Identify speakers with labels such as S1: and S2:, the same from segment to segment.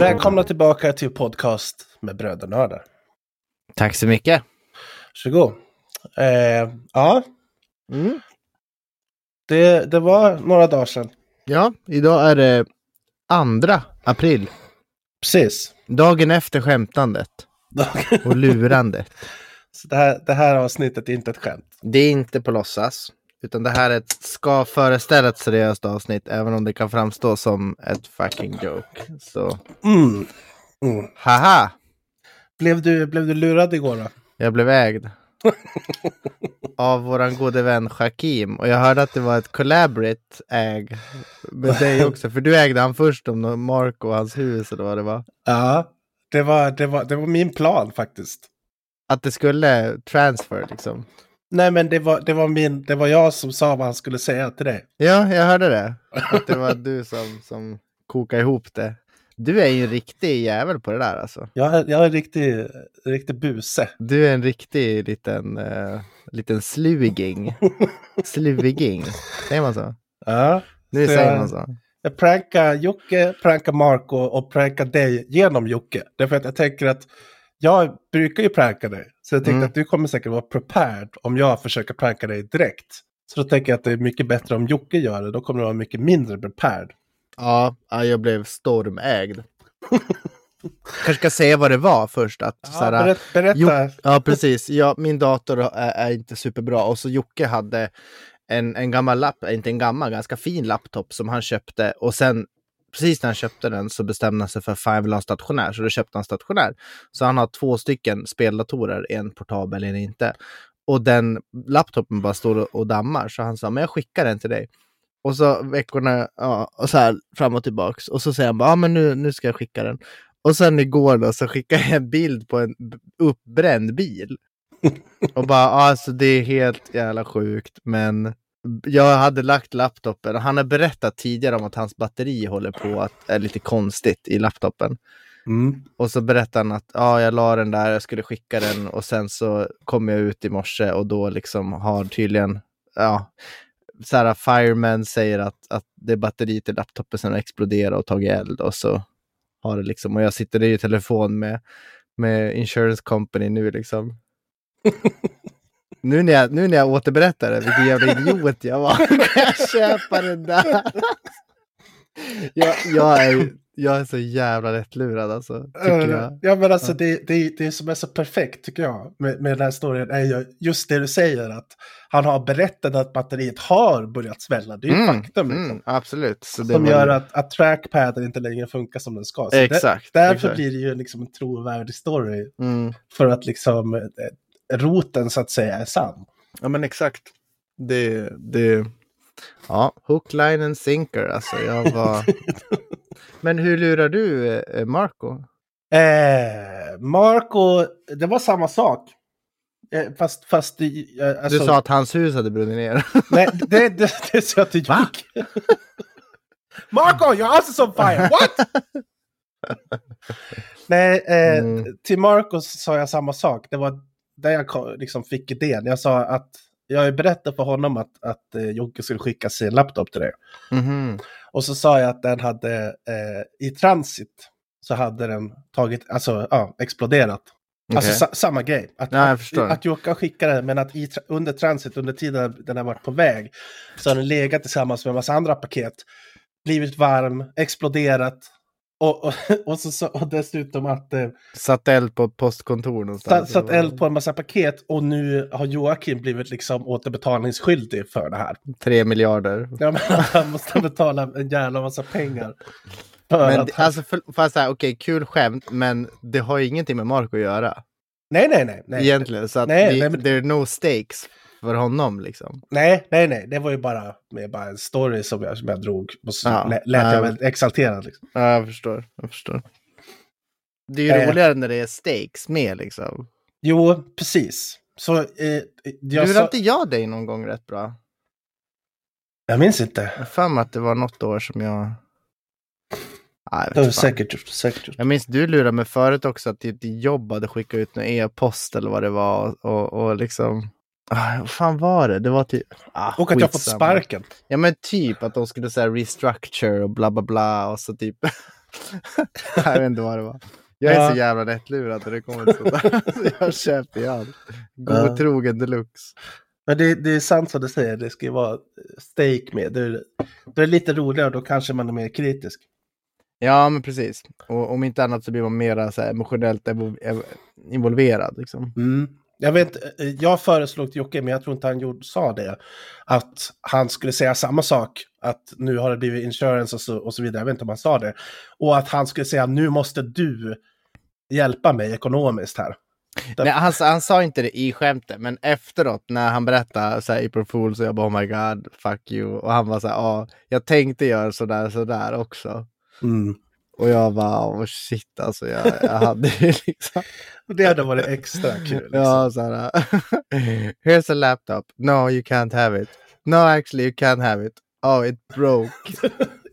S1: Välkomna tillbaka till podcast med brödernördar.
S2: Tack så mycket.
S1: Varsågod. Eh, ja,
S2: Mm.
S1: det, det var några dagar sedan.
S2: Ja, idag är det andra april.
S1: Precis.
S2: Dagen efter skämtandet och lurandet.
S1: Så det, här, det här avsnittet är inte ett skämt.
S2: Det är inte på låtsas. Utan det här är ett, ska föreställa ett seriöst avsnitt, även om det kan framstå som ett fucking joke. Så,
S1: Mm. Mm.
S2: haha!
S1: Blev, du, blev du lurad igår då?
S2: Jag blev ägd. Av våran gode vän Shakim. Och jag hörde att det var ett collaborate äg med dig också. För du ägde han först om nå- Mark och hans hus eller vad det var.
S1: Ja, det var, det var, det var min plan faktiskt.
S2: Att det skulle transfer liksom.
S1: Nej, men det var, det, var min, det var jag som sa vad han skulle säga till dig.
S2: Ja, jag hörde det. Att det var du som, som kokade ihop det. Du är ju en riktig jävel på det där alltså.
S1: Jag, är- jag är en riktig, riktig buse.
S2: Du är en riktig liten, eh, liten sluging. Sluging, säger man så?
S1: Ja.
S2: Nu
S1: Så
S2: säger
S1: jag-
S2: man så.
S1: Jag prankar Jocke, prankar Marco och prankar dig genom Jocke. Därför att jag tänker att jag brukar ju pranka dig. Så jag tänkte
S2: Mm.
S1: att du kommer säkert vara prepared om jag försöker pranka dig direkt. Så då tänker jag att det är mycket bättre om Jocke gör det. Då kommer du vara mycket mindre prepared.
S2: Ja, ja, jag blev stormägd. Kanske ska säga vad det var först. Att, så
S1: Ja,
S2: här,
S1: berätt, berätta.
S2: Jo- ja, precis. Ja, min dator är, är inte superbra. Och så Jocke hade en, en gammal lapp, eh, inte en gammal, ganska fin laptop som han köpte. Och sen precis när han köpte den så bestämde han sig för att fan, jag vill ha en stationär. Så då köpte han stationär. Så han har två stycken speldatorer, en portabel, en inte. Och den laptopen bara står och- och dammar. Så han sa, men jag skickar den till dig. Och så veckorna, ja, och så här fram och tillbaks. Och så säger han bara, ja men nu, nu ska jag skicka den. Och sen igår då så skickade jag en bild på en b- uppbränd bil. Och bara, ja, alltså det är helt jävla sjukt, men jag hade lagt laptopen. Han har berättat tidigare om att hans batteri håller på att är lite konstigt i laptopen.
S1: Mm.
S2: Och så berättade han att ja, jag la den där, jag skulle skicka den och sen så kom jag ut i morse och då liksom har tydligen, ja, så här fireman säger att, att det batteriet i laptopen som har exploderat och tagit eld och så har det liksom, och jag sitter i telefon med, med insurance company nu liksom. Nu när, jag, nu när jag återberättar det, vilken jävla idiot jag var. Kan jag köpa den där? Jag, jag, är, ju- jag är så jävla lättlurad alltså, tycker jag.
S1: Ja men alltså
S2: Ja.
S1: det, det, det som är så perfekt tycker jag med, med den här historien är ju just det du säger att han har berättat att batteriet har börjat svälla. Det är ju
S2: Mm,
S1: faktum. Liksom.
S2: mm, absolut. Så det
S1: Som
S2: var
S1: gör
S2: ju-
S1: att, att trackpaden inte längre funkar som den ska. Så det-
S2: Exakt.
S1: Därför
S2: exakt.
S1: blir det ju liksom en trovärdig story.
S2: Mm.
S1: För att liksom eh, roten så att säga är sann.
S2: Ja, men exakt. Det... det... Ja, hook, line and sinker alltså. Jag var... men hur lurar du eh, Marco?
S1: Eh, Marco, det var samma sak. Eh, fast, fast i- eh, alltså,
S2: Du sa att hans hus hade brunnit ner.
S1: Nej, det, det, det sa jag till
S2: Va?
S1: Jocke. Marco, your house is on fire! What? Nej, eh,
S2: Mm.
S1: till Marco sa jag samma sak. Det var där jag ko- liksom fick idén. Jag sa att jag berättade för honom att, att eh, Jocke skulle skicka sin laptop till dig.
S2: Mhm.
S1: Och så sa jag att den hade eh, i transit så hade den tagit, alltså ja, exploderat. Alltså
S2: Okej.
S1: sa, samma grej. Att,
S2: Ja, jag
S1: att,
S2: förstår.
S1: att Jocke skickade den men att i, tra- under transit, under tiden den har varit på väg, så har den legat tillsammans med en massa andra paket, blivit varm, exploderat. Och, och, och, så, så, och dessutom att eh,
S2: Satt eld på ett postkontor någonstans.
S1: satt, satt eld på en massa paket och nu har Joakim blivit liksom återbetalningsskyldig för det här.
S2: Tre miljarder.
S1: Ja, men han måste betala en jävla massa pengar. För
S2: Men,
S1: att
S2: det-
S1: han...
S2: alltså, för, fast så här, okej, kul skämt, men det har ju ingenting med Marco att göra.
S1: Nej, nej, nej. Nej.
S2: Egentligen, så att
S1: Nej,
S2: det,
S1: nej, men-
S2: there are no stakes för honom liksom.
S1: nej, nej, nej. Det var ju bara, med bara en story som jag, som jag drog. Och så
S2: Ja.
S1: lät lät
S2: Ja.
S1: jag väldigt exalterad. Liksom.
S2: Ja, jag förstår. Jag förstår. Det är ju
S1: Eh.
S2: roligare när det är stakes med liksom.
S1: Jo, precis. Så, eh, jag,
S2: Lurade
S1: sa,
S2: inte jag dig någon gång rätt bra?
S1: jag minns inte.
S2: Jag har för mig att det var något år som jag... Nej, jag,
S1: Det var
S2: vet fan.
S1: säkert, säkert. gjort.
S2: jag minns du lurade mig förut också att typ ditt jobb hade skickat ut någon e-post eller vad det var och, och, och liksom... Ah, vad fan var det? Det var typ... Ah,
S1: Och att jag fått
S2: skitsamma.
S1: sparken.
S2: Ja men typ att de skulle säga restructure och bla bla bla och så typ. jag vet inte vad det var. Jag är
S1: Ja.
S2: så jävla lättlurad och det kommer inte sådär. så jag köper ju allt. Godtrogen deluxe.
S1: Men det, det är sant som du säger, det ska ju vara eh, stake med. Det, är- då är det lite roligare och då kanske man är mer kritisk.
S2: Ja men precis. Och om inte annat så blir man mera så här emotionellt evo- ev- involverad. Liksom.
S1: Mm. Jag, vet, eh, jag föreslog till Jocke, men jag tror inte han gjorde, sa det, att han skulle säga samma sak, att nu har det blivit insurance och så, och så vidare, jag vet inte om han sa det, och att han skulle säga nu måste du hjälpa mig ekonomiskt här. Där-
S2: Nej, han, sa- han sa inte det i skämtet men efteråt när han berättade så här, April Fool så jag bara oh my god fuck you. Och han var så här ja jag tänkte göra sådär sådär också.
S1: Mm.
S2: Och jag bara, oh shit alltså, jag, jag hade ju liksom...
S1: Och det hade varit extra kul. Liksom.
S2: Ja, så här, Here's a laptop. No, you can't have it. No, actually you can't have it. Oh, it broke.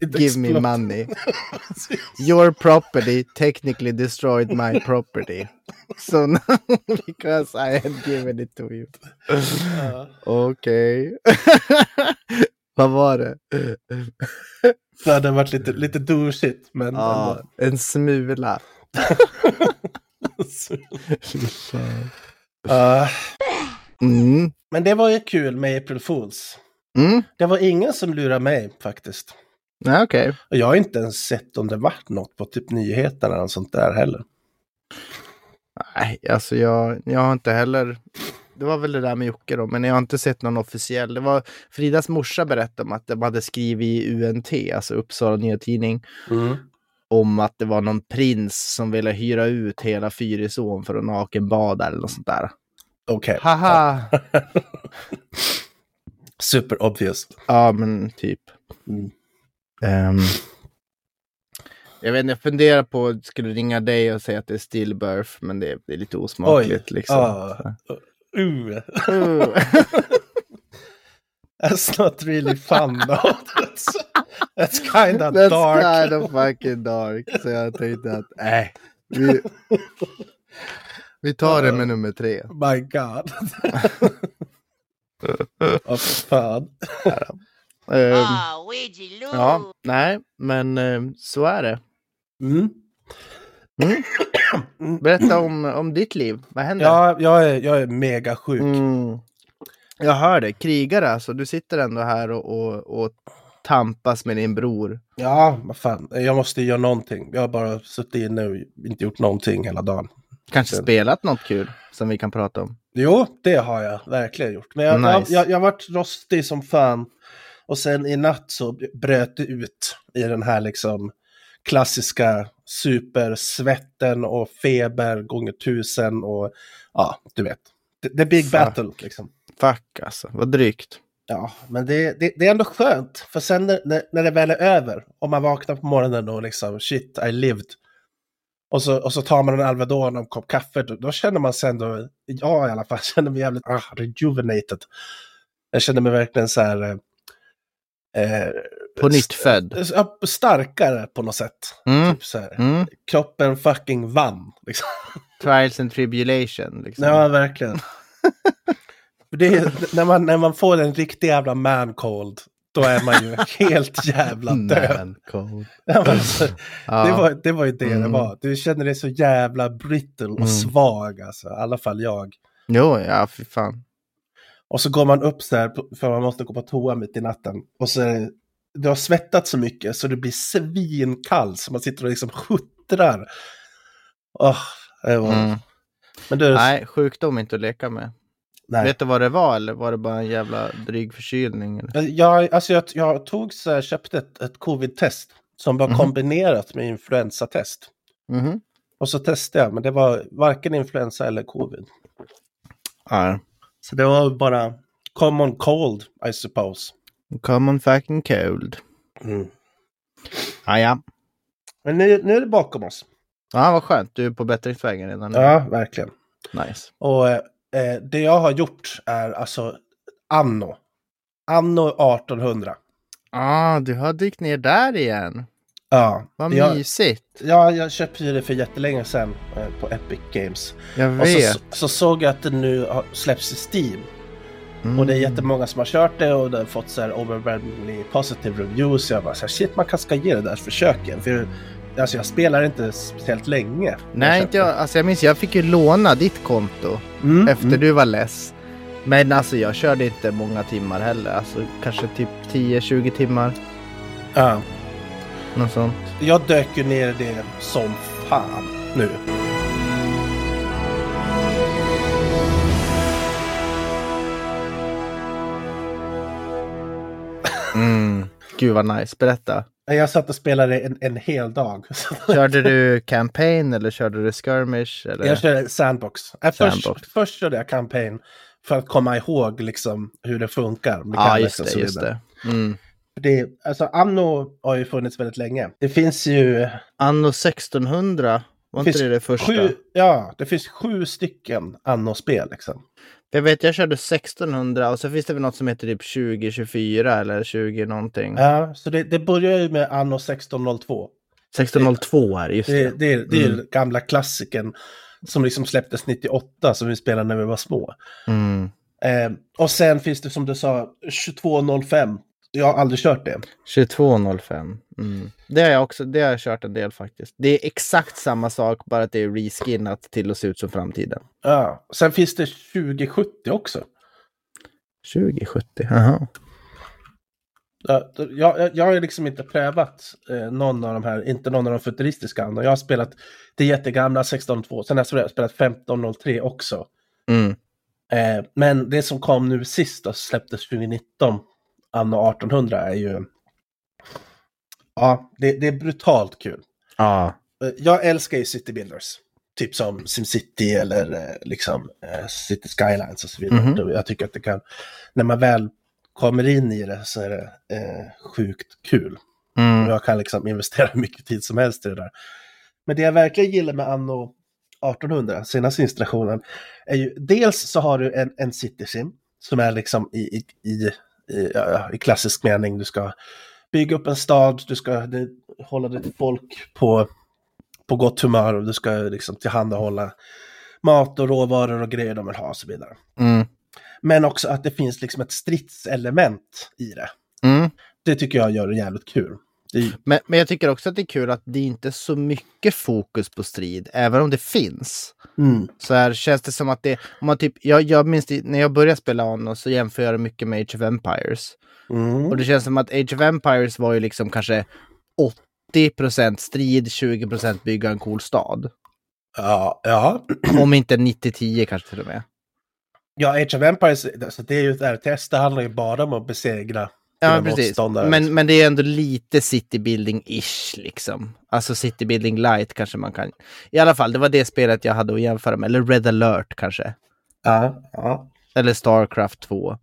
S1: It
S2: Give me
S1: exploded.
S2: money. Your property technically destroyed my property. So now, because I had given it to you.
S1: Ja.
S2: Okej. Vad var det?
S1: det hade varit lite, lite douchigt, men
S2: Ja, en smula.
S1: ändå. Ja.
S2: Mm.
S1: Men det var ju kul med April Fools.
S2: Mm. Ah,
S1: Det var ingen som lurade mig faktiskt.
S2: Ja, Okej.
S1: Och jag har inte ens sett om det vart något på typ nyheterna eller något sånt där heller.
S2: Nej, alltså jag, jag har inte heller... Det var väl det där med Jocke då, men jag har inte sett någon officiell. Det var Fridas morsa berättade om att de hade skrivit i UNT, alltså Uppsala Nya Tidning, om att det var någon prins som ville hyra ut hela Fyrisån för att nakenbada eller något sånt där.
S1: Okej.
S2: Haha!
S1: Super obvious.
S2: Ja, men typ.
S1: Mm.
S2: Ehm, jag vet inte, jag funderar på att skulle ringa dig och säga att det är stillbirth, men det är, det är lite osmakligt liksom.
S1: ja. Uh,
S2: Mm.
S1: that's not really fun though. That's, that's kind of
S2: That's
S1: dark.
S2: kind of fucking dark. Så jag tänkte att, äh, vi, vi tar det med nummer tre.
S1: My God. Åh fan.
S2: Ehm,
S3: Ah, Luigi Lou.
S2: ja, nej, men ehm, så är det.
S1: Mm.
S2: Berätta om, om ditt liv. Vad händer?
S1: Ja, jag är, jag är mega sjuk.
S2: Mm. Jag hör det. Krigare alltså. Du sitter ändå här och, och, och tampas med din bror.
S1: Ja, vad fan. Jag måste göra någonting. Jag har bara suttit inne och inte gjort någonting hela dagen.
S2: Kanske
S1: Sen-
S2: spelat något kul som vi kan prata om.
S1: Jo, det har jag verkligen gjort. Men jag,
S2: Nice.
S1: jag, jag, jag varit rostig som fan. Och sen i natt så bröt det ut i den här liksom klassiska supersvetten och feber gånger tusen och ja, du vet. The, the big
S2: Fuck.
S1: battle liksom.
S2: Fuck alltså, vad drygt.
S1: Ja, men det, det, det är ändå skönt. För sen när, när- när det väl är över, om man vaknar på morgonen och liksom shit, I lived. Och så, och så tar man en Alvedon och en kopp kaffe, då, då känner man sig ändå, jag i alla fall, känner mig jävligt ah, rejuvenated. Jag känner mig verkligen så här... eh, Eh,
S2: På nytt född.
S1: st- ja, starkare på något sätt.
S2: Mm.
S1: Typ så här.
S2: Mm.
S1: Kroppen fucking vann. Liksom.
S2: Trials and tribulation. Liksom.
S1: Ja, verkligen. För det är, när, man, när man får en riktig jävla man cold, då är man ju helt jävla död.
S2: Man cold.
S1: Ja, men alltså,
S2: Ja.
S1: det, var, det var ju det det
S2: Mm.
S1: var. Du känner dig så jävla brittle och
S2: Mm.
S1: svag, alltså. i alla fall jag.
S2: Jo, ja, fy fan.
S1: Och så går man upp så här, på- för man måste gå på toa mitt i natten. Och så är det, du har svettat så mycket så du blir svinkall, så man sitter och liksom huttrar. Åh, det var...
S2: Mm.
S1: Men du,
S2: Nej, sjukdom är inte att leka med.
S1: nej.
S2: Vet du vad det var eller var det bara en jävla dryg förkylning? Eller?
S1: Jag, alltså jag, jag tog så här, köpte ett, ett covid-test som var
S2: Mhm.
S1: kombinerat med influensatest.
S2: Mhm.
S1: Och så testade jag, men det var varken influensa eller covid.
S2: Ja.
S1: Så det var bara common cold, I suppose.
S2: Common fucking cold. Mm. Ah, ja,
S1: Men nu, nu är det bakom oss.
S2: ja. vad skönt. Du är på bättringsvägen redan nu.
S1: Ja, verkligen.
S2: Nice.
S1: Och eh, det jag har gjort är alltså anno. Anno 1800.
S2: Ah, du har dykt ner där igen.
S1: Ja,
S2: Vad
S1: jag,
S2: mysigt.
S1: ja, jag köpte ju det för jättelänge sedan eh, på Epic Games.
S2: Jag
S1: Och så,
S2: vet.
S1: så, så såg jag att det nu har- släpps i Steam. Och det är
S2: Mm.
S1: jättemånga som har kört det och det har fått så här overwhelmingly positive reviews. Jag bara så här, shit man kanske ska ge det där ett försök igen. För alltså jag spelar inte speciellt länge.
S2: Nej, inte jag. Alltså jag minns, jag fick ju låna ditt konto
S1: Mm.
S2: efter
S1: Mm.
S2: du var less. Men alltså jag körde inte många timmar heller. Alltså kanske typ 10-20 timmar.
S1: Ja.
S2: Något sånt.
S1: Jag dök ju ner i det som fan nu.
S2: Mm. Gud vad nice. Berätta.
S1: Jag satt och spelade en, en hel dag. Så
S2: Körde du campaign eller körde du skirmish? Eller?
S1: jag körde sandbox. Äh,
S2: Sandbox.
S1: Först, först körde jag campaign för att komma ihåg liksom, hur det funkar.
S2: Ja, ah, just det. Just
S1: det.
S2: det. Mm.
S1: det alltså, Anno har ju funnits väldigt länge. Det finns ju
S2: Anno 1600. Var inte
S1: Finns
S2: det det första?
S1: Sju, ja, det finns sju stycken Anno-spel. Liksom.
S2: Jag vet, jag körde 1600 och så finns det väl något som heter typ 2024 eller 20 någonting.
S1: Ja, så det, det börjar ju med Anno 1602.
S2: 1602 är det, just
S1: Det,
S2: det.
S1: det, är- det är
S2: Mm.
S1: den gamla klassiken som liksom släpptes 98 som vi spelade när vi var små.
S2: Mm.
S1: Eh, och sen finns det som du sa 2205. Jag har aldrig kört det.
S2: 2205. Mm. Det har jag också, det har jag kört en del faktiskt. Det är exakt samma sak, bara att det är reskinnat till att se ut som framtiden.
S1: Ja. Sen finns det 2070 också.
S2: 2070, jaha.
S1: Ja, Jag, jag, jag har ju liksom inte prövat eh, någon av de här, inte någon av de futuristiska. andra. Jag har spelat det jättegamla 1602, sen har jag spelat 1503 också.
S2: Mm.
S1: Eh, men det som kom nu sist då, släpptes 2019, anno 1800, är ju... Ja, det, det är brutalt kul.
S2: Ja.
S1: Eh, Jag älskar ju City Builders. Typ som SimCity eller eh, liksom eh, City Skylines och så vidare.
S2: Mhm.
S1: Då Jag tycker att det kan... När man väl kommer in i det så är det eh, sjukt kul. Och
S2: Mm.
S1: jag kan liksom investera hur mycket tid som helst i det där. Men det jag verkligen gillar med Anno 1800, senaste installationen, är ju dels så har du en, en citysim som är liksom i, i, i, i, ja, i klassisk mening. Du ska bygga upp en stad, du ska det, hålla ditt folk på, på gott humör och du ska liksom tillhandahålla mat och råvaror och grejer de vill ha och så vidare.
S2: Mm.
S1: Men också att det finns liksom ett stridselement i det.
S2: Mm.
S1: Det tycker jag gör det jävligt kul. Det är,
S2: Men, men jag tycker också att det är kul att det inte är så mycket fokus på strid, även om det finns.
S1: mm.
S2: Så här känns det som att det, om man typ, jag, jag minns det, när jag började spela Anno så jämför jag det mycket med Age of Empires.
S1: Mm.
S2: Och det känns som att Age of Empires var ju liksom kanske 80% strid, 20% bygga en cool stad.
S1: Ja, ja.
S2: Om inte 90-10 kanske till och med.
S1: ja, Age of Empires, alltså, det är ju ett RTS, det handlar ju bara om att besegra
S2: Ja,
S1: sina
S2: precis.
S1: motståndare.
S2: Men, men det är ändå lite citybuilding-ish liksom. Alltså citybuilding light kanske man kan. I alla fall, det var det spelet jag hade att jämföra med. Eller Red alert kanske.
S1: Ja, ja.
S2: Eller Starcraft 2.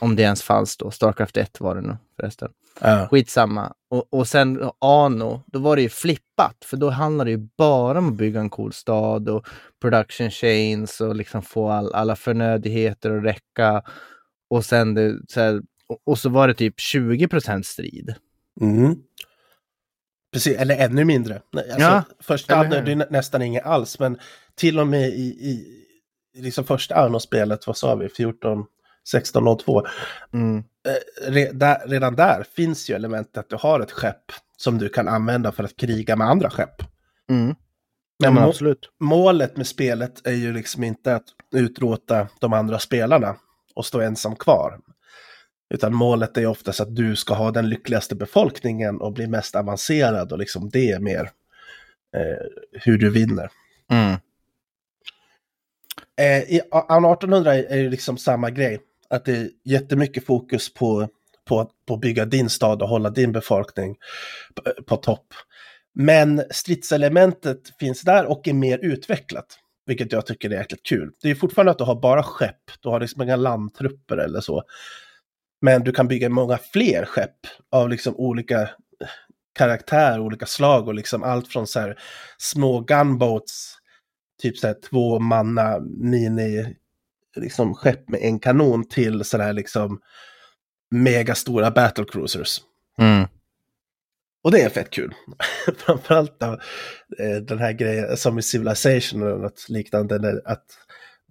S2: Om det ens fanns då. Starcraft 1 var det nog förresten.
S1: ja.
S2: Skitsamma. Och, och sen Ano, då var det ju flippat. För då handlade det ju bara om att bygga en cool stad och production chains och liksom få all, alla förnödigheter att räcka. Och sen det, så här, och, och så var det typ 20 strid.
S1: Mm. Precis, eller ännu mindre. Nej, Alltså,
S2: Ja,
S1: första
S2: eller
S1: Anno,
S2: hur?
S1: det är nä- nästan inget alls, men till och med i, i i liksom första Anno-spelet, vad sa vi, 14, 1602,
S2: Mm.
S1: eh, re, där, redan där finns ju elementet att du har ett skepp som du kan använda för att kriga med andra skepp.
S2: Mm. Ja,
S1: Men
S2: men
S1: må-
S2: absolut.
S1: målet med spelet är ju liksom inte att utrota de andra spelarna och stå ensam kvar. Utan målet är ju oftast att du ska ha den lyckligaste befolkningen och bli mest avancerad och liksom det är mer eh, hur du vinner.
S2: Mm.
S1: Eh, I Anno 1800 är är ju liksom samma grej. Att det är jättemycket fokus på, på, att- på att bygga din stad och hålla din befolkning på, på topp. Men stridselementet finns där och är mer utvecklat. Vilket jag tycker är jäkligt kul. Det är ju fortfarande att du har bara skepp, du har liksom inga landtrupper eller så. Men du kan bygga många fler skepp av liksom olika karaktär, olika slag och liksom allt från så här små gunboats typ så här två manna mini liksom skepp med en kanon till sådär liksom megastora battlecruisers.
S2: Mm.
S1: Och det är fett kul. Framförallt av, eh, den här grejen som i Civilization och något liknande. Där att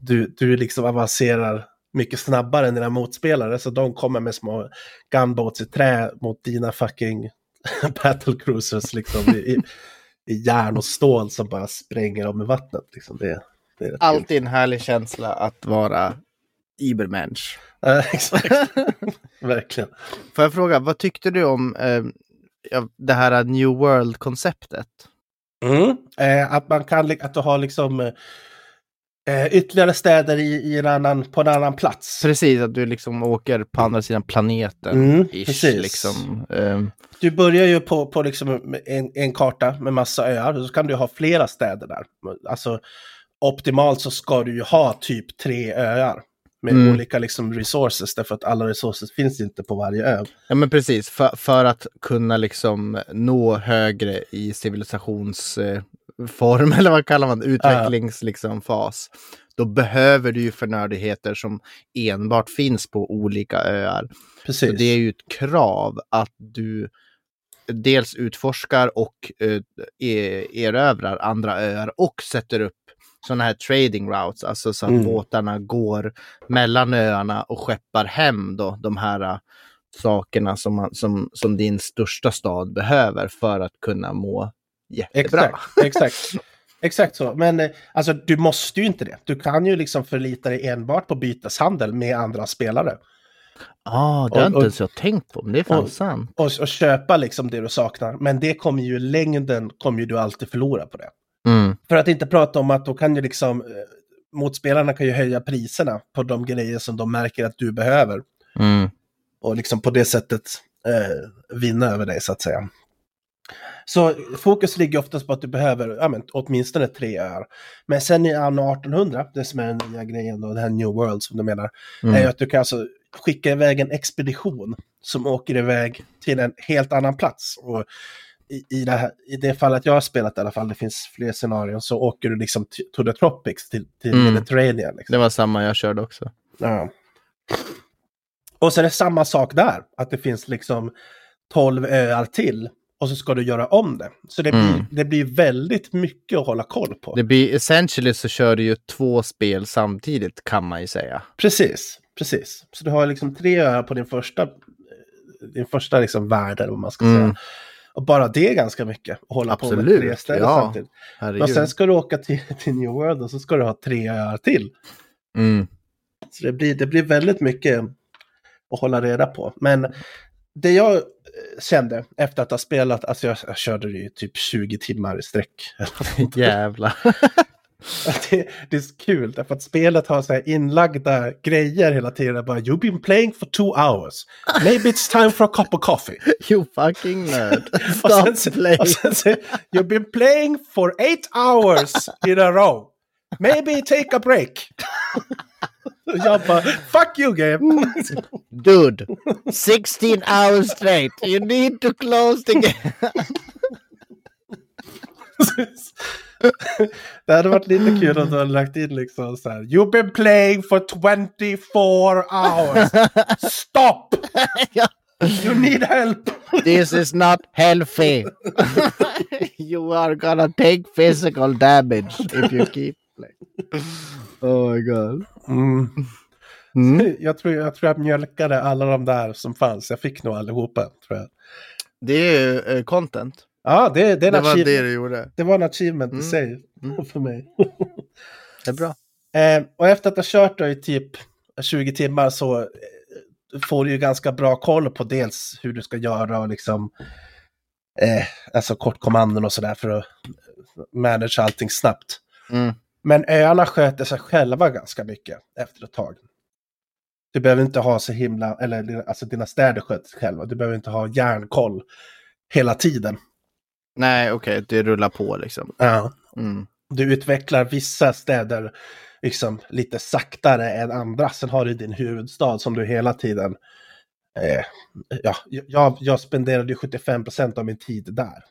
S1: du, du liksom avancerar mycket snabbare än dina motspelare. Så de kommer med små gunboats i trä mot dina fucking battlecruisers liksom, i, i, i järn och stål som bara spränger dem i vattnet. Liksom. Det, det är rätt kul.
S2: Alltid en härlig känsla att vara Ibermensch.
S1: Eh, exakt. Verkligen.
S2: Får jag fråga, vad tyckte du om eh, ja, det här New World-konceptet? Mm.
S1: Eh, att man kan, li- att du har liksom eh, ytterligare städer i, i en annan, på en annan plats.
S2: Precis, att du liksom åker på andra sidan planeten.
S1: Mm,
S2: ish,
S1: precis.
S2: Liksom. Ehm,
S1: Du börjar ju på, på liksom en, en karta med massa öar och så kan du ha flera städer där. Alltså, optimalt så ska du ju ha typ tre öar med
S2: Mm.
S1: olika liksom resources därför att alla resources finns inte på varje ö.
S2: ja men precis, för, för att kunna liksom nå högre i civilisationsform, eller vad kallar man det, utvecklingsfas. Liksom, fas. då behöver du ju förnödenheter som enbart finns på olika öar. Så
S1: Precis.
S2: det är ju ett krav att du dels utforskar och eh, e- erövrar andra öar och sätter upp sådana här trading routes, alltså så att
S1: Mm.
S2: båtarna går mellan öarna och skeppar hem då de här eh, sakerna som, man, som, som din största stad behöver för att kunna må jättebra.
S1: Exakt, exakt. Exakt så, men eh, alltså, du måste ju inte det. Du kan ju liksom förlita dig enbart på byteshandel med andra spelare.
S2: Ja, Ah, det har
S1: Och-
S2: inte
S1: och-
S2: ens jag tänkt på, men det är fan
S1: och-
S2: sant.
S1: Och, och köpa liksom det du saknar. Men det kommer ju i längden kommer ju du alltid förlora på det.
S2: Mm.
S1: För att inte prata om att då kan ju liksom eh, motspelarna kan ju höja priserna på de grejer som de märker att du behöver
S2: Mm.
S1: och liksom på det sättet eh, vinna över dig så att säga. Så fokus ligger oftast på att du behöver ja, men, åtminstone tre öar. Men sen i anno 1800, det som är den nya grejen då, det här New World som du menar, är ju
S2: Mm.
S1: att du kan alltså skicka iväg en expedition som åker iväg till en helt annan plats. Och i, i, det här, I det fallet jag har spelat i alla fall, det finns fler scenarion, så åker du liksom t- to the tropics, till, till
S2: Mm.
S1: Mediterranean. Liksom.
S2: Det var samma jag körde också.
S1: Ja. Och sen är det samma sak där, att det finns liksom 12 öar till och så ska du göra om det. Så det blir,
S2: Mm.
S1: det blir väldigt mycket att hålla koll på.
S2: Det blir essentially så kör du ju två spel samtidigt kan man ju säga.
S1: Precis, precis. Så du har liksom tre öar på din första, din första liksom värld, eller vad man ska
S2: Mm.
S1: säga. Och bara det är ganska mycket, att hålla på med
S2: Absolut,
S1: tre ställen
S2: ja.
S1: samtidigt. Och
S2: Herregud.
S1: sen ska du åka till, till New World och så ska du ha tre öar till.
S2: Mm.
S1: Så det blir, det blir väldigt mycket att hålla reda på. Men det jag eh, kände efter att ha spelat, alltså jag, jag körde det ju typ 20 timmar i sträck.
S2: Jävlar.
S1: Att Det, det är så kul, därför att spelet har så här inlagda grejer hela tiden. Bara, You've been playing for two hours. Maybe it's time for a cup of coffee.
S2: you fucking nerd.
S1: Och sen, så-
S2: Stop playing.
S1: och sen så, You've been playing for eight hours in a row. Maybe take a break. Och jag bara, fuck you game!
S2: Dude, 16 hours straight. You need to close the game.
S1: det hade varit lite kul om du hade lagt in liksom så här. You've been playing for 24 hours. Stop!
S2: Ja.
S1: You need help!
S2: This is not healthy. you are gonna take physical damage if you keep playing. Oh my god. Mm.
S1: Jag, tror, jag tror jag mjölkade alla de där som fanns. Jag fick nog allihopa. Tror jag.
S2: Det är ju eh, content.
S1: Ja, det, det, är en
S2: Det var
S1: achieve-
S2: det du gjorde.
S1: det var en achievement i
S2: Mm.
S1: sig
S2: Mm.
S1: för mig.
S2: Det är bra.
S1: Eh, och efter att ha kört då i typ 20 timmar så eh, får du ju ganska bra koll på dels hur du ska göra och liksom eh, alltså kortkommandon och sådär för att manage allting snabbt.
S2: Mm.
S1: Men öarna sköter sig själva ganska mycket efter ett tag. Du behöver inte ha så himla, eller alltså dina städer sköter sig själva. Du behöver inte ha järnkoll hela tiden.
S2: Nej, okej, det rullar på liksom.
S1: Ja.
S2: Mm.
S1: du utvecklar vissa städer liksom lite saktare än andra. Sen har du din huvudstad som du hela tiden... Eh, ja, jag, jag spenderade ju 75 procent av min tid där.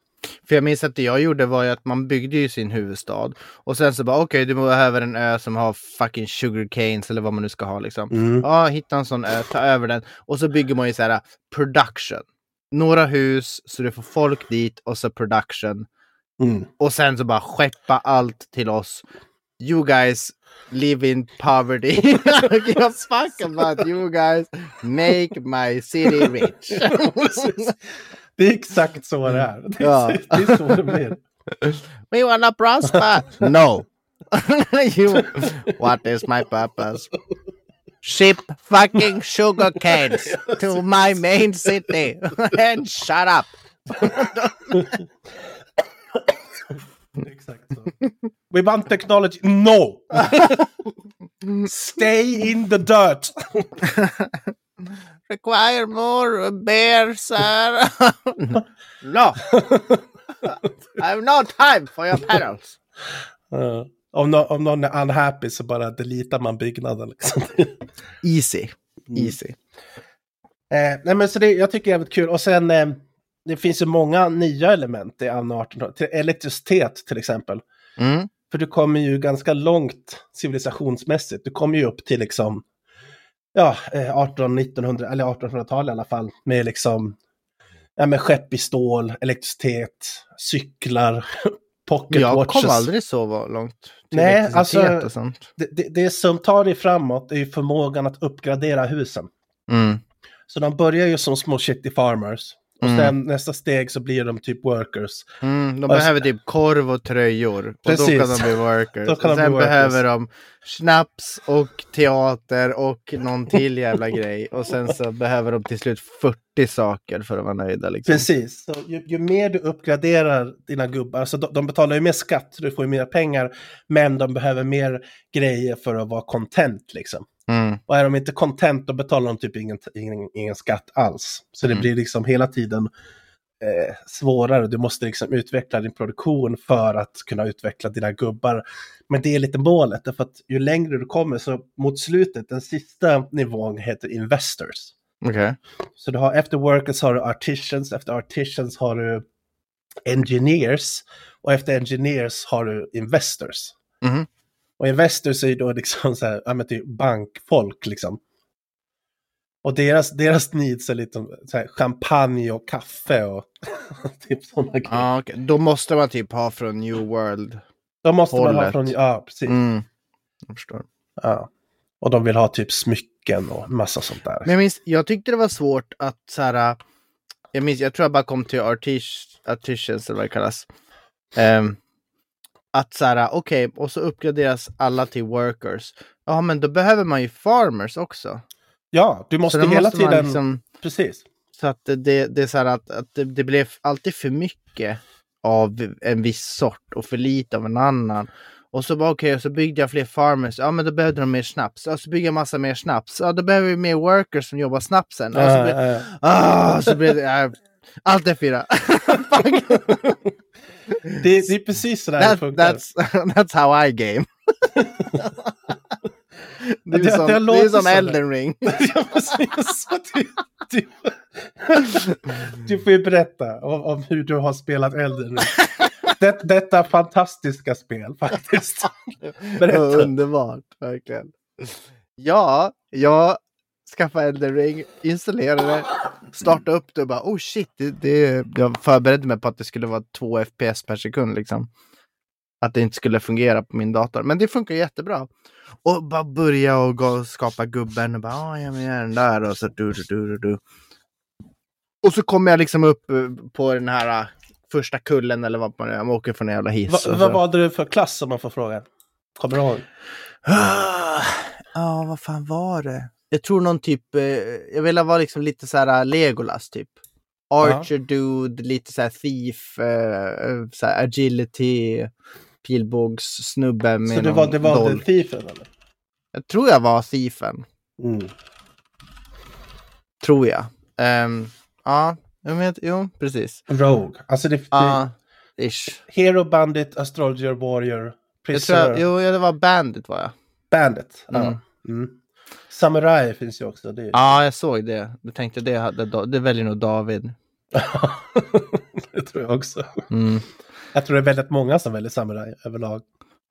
S2: För jag minns att det jag gjorde var ju att man byggde ju sin huvudstad. Och sen så bara okej, du behöver en ö som har fucking sugar canes eller vad man nu ska ha liksom.
S1: Mm.
S2: Ja, hitta en sån ö, ta över den. Och så bygger man ju så här äh, production. Några hus så du får folk dit och så production.
S1: Mm.
S2: Och sen så bara skeppa allt till oss. You guys live in poverty. I don't give a fuck about you guys. Make my city rich.
S1: Precis. det är exakt så det är. Det är,
S2: Ja.
S1: det är så det blir.
S2: We wanna prosper. No. you, what is my purpose? Ship fucking sugar canes to my main city and shut up.
S1: Exakt så. We want technology. No! Stay in the dirt!
S2: Require more beer, sir. no. I have no time for your panels.
S1: Ja. om, nå- om någon är unhappy så bara delitar man byggnaden. Liksom.
S2: Easy. Easy.
S1: Eh, nej, men så det, jag tycker det är jävligt kul. Och sen, eh, det finns ju många nya element i anno 1800. Till- Elektricitet till exempel.
S2: Mm.
S1: För du kommer ju ganska långt civilisationsmässigt. Du kommer ju upp till liksom, ja, 1800-1900, eller 1800-tal i alla fall, med liksom, ja men skepp i stål, elektricitet, cyklar, pocket
S2: Jag
S1: watches.
S2: kom aldrig så långt. till
S1: Nej,
S2: elektricitet
S1: alltså-
S2: Och sånt.
S1: Det, det, det som tar dig framåt är ju förmågan att uppgradera husen.
S2: Mm.
S1: Så de börjar ju som små shitty farmers. Och
S2: Mm.
S1: sen nästa steg så blir de typ workers.
S2: Mm, de
S1: Alltså-
S2: behöver typ korv och tröjor. Och då
S1: Precis.
S2: kan de bli workers.
S1: Då kan
S2: och
S1: de
S2: sen
S1: bli workers.
S2: behöver de snaps och teater och någon till jävla grej. Och sen så behöver de till slut 40 saker för att vara nöjda. Liksom.
S1: Precis, så ju, ju mer du uppgraderar dina gubbar, så de, de betalar ju mer skatt, så du får ju mer pengar, men de behöver mer grejer för att vara content liksom.
S2: Mm.
S1: Och är de inte content, då betalar de typ ingen, ingen, ingen skatt alls. Så det
S2: Mm.
S1: blir liksom hela tiden eh, svårare. Du måste liksom utveckla din produktion för att kunna utveckla dina gubbar. Men det är lite målet, därför att ju längre du kommer, så mot slutet, den sista nivån heter investors.
S2: Okej.
S1: Så du har efter workers har du artisans, efter artisans har du engineers och efter engineers har du investors.
S2: Mhm.
S1: Och investors är ju då liksom så här, ja men typ bankfolk liksom. Och deras, deras needs är lite så här champagne och kaffe och typ sådana grejer.
S2: Ja, okej. Då måste man typ ha från New World.
S1: De måste man ha
S2: hållet.
S1: från, ja precis.
S2: Mm. Jag förstår.
S1: Ja. Och de vill ha typ smycken och massa sånt där.
S2: Men jag, minns, jag tyckte det var svårt att så här. äh, Jag minns, jag tror jag bara kom till artis, artisans eller vad det kallas. Ehm, att så här, äh, okej, och så uppgraderas alla till workers. Ja, men då behöver man ju farmers också.
S1: ja, du
S2: Så
S1: måste
S2: då
S1: hela
S2: måste man
S1: tiden,
S2: liksom-
S1: precis.
S2: så att det- det, det är så här att, att det, det blev alltid för mycket av en viss sort och för lite av en annan. Och så bara okej, och så byggde jag fler farmers. Ja, men då behövde de mer snaps. Ja, så bygger jag massa mer snaps. Ja, då behöver vi mer workers som jobbar snapsen. Ja, så
S1: Ja,
S2: blir,
S1: ja.
S2: ah, så blir det... ja, allt är fyra. Fuck.
S1: det, det är precis sådär
S2: That,
S1: det funkar.
S2: that's, that's how I game. Det
S1: Det-
S2: är som,
S1: det
S2: det
S1: låter
S2: är som
S1: så där.
S2: Elden ring.
S1: Ja, precis. Så du, du, du får ju berätta om, om hur du har spelat Elden Ring. Det, detta fantastiska spel faktiskt.
S2: Ja,
S1: Berätta.
S2: Underbart, verkligen. Ja, jag skaffade Elden Ring, installerade det, startade upp det och bara oh shit, det, det, jag förberedde mig på att det skulle vara 2 FPS per sekund liksom. Att det inte skulle fungera på min dator, men det funkar jättebra. Och bara börja och gå och skapa gubben och bara ah, ja, men jag är den där och så du, du, du, du, du. Och så kommer jag liksom upp eh, på den här eh, första kullen eller vad man nu är, man åker från en jävla hiss.
S1: Va,
S2: och
S1: vad
S2: så-
S1: valde du för klass om man får fråga? Kommer du ihåg?
S2: Ah, Ja, vad fan var det? Jag tror någon typ, eh, jag ville vara liksom lite så här Legolas typ. Archer dude, lite så här thief, eh, så här agility, pilbågssnubbe med
S1: Så du
S2: någon
S1: valde, valde
S2: dolk.
S1: Thiefen eller?
S2: Jag tror jag var thiefen,
S1: Mm.
S2: tror jag. Ehm, ja, jag vet, jo precis.
S1: Rogue. Alltså det,
S2: Ja, ish.
S1: det Hero Bandit, Astrologer Warrior,
S2: Jag tror jag,
S1: Prisoner,
S2: jo, jag var bandit var jag.
S1: Bandit.
S2: Mm.
S1: Ja. Mm. Samurai finns ju också. Det är...
S2: Ja, jag såg det. Jag tänkte det, hade, det väljer nog David.
S1: tror jag också.
S2: Mm.
S1: Jag tror det är väldigt många som väljer samurai överlag.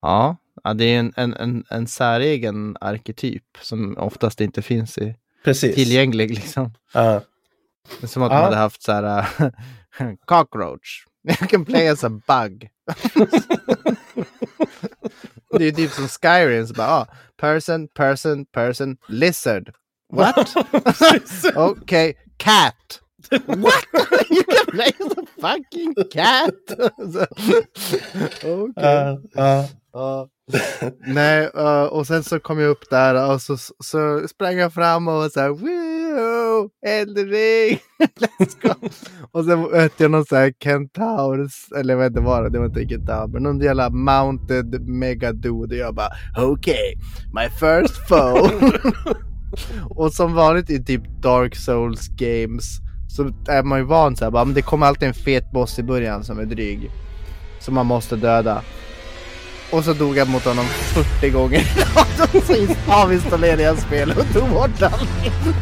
S2: Ja, ja, det är en, en, en, en säregen arketyp som oftast inte finns i,
S1: Precis.
S2: tillgänglig. Liksom.
S1: Ja.
S2: Det är som att
S1: Ja.
S2: man hade haft så här äh, cockroach. You can play as a bug. det är typ som Skyrim, så bara, ah, person, person, person, lizard. What?
S1: Precis.
S2: Okay, cat. What? you can play as a fucking cat. Okej.
S1: Ja, ja.
S2: Ja. Nej, eh, och sen så kom jag upp där och så, så sprang jag fram och var så här Woo! Eldring! Let's go! och sen mötte jag någon så här Kentaurs, eller jag vet inte vad det det var inte Kentaur, men någon jävla mounted megadude och jag bara okej, my first foe. och som vanligt i typ Dark Souls games så är man ju van så här, bara, men det kommer alltid en fet boss i början som är dryg. Som man måste döda. Och så dog jag mot honom 40 gånger. Och så avinstallerade jag spelet och tog bort allt.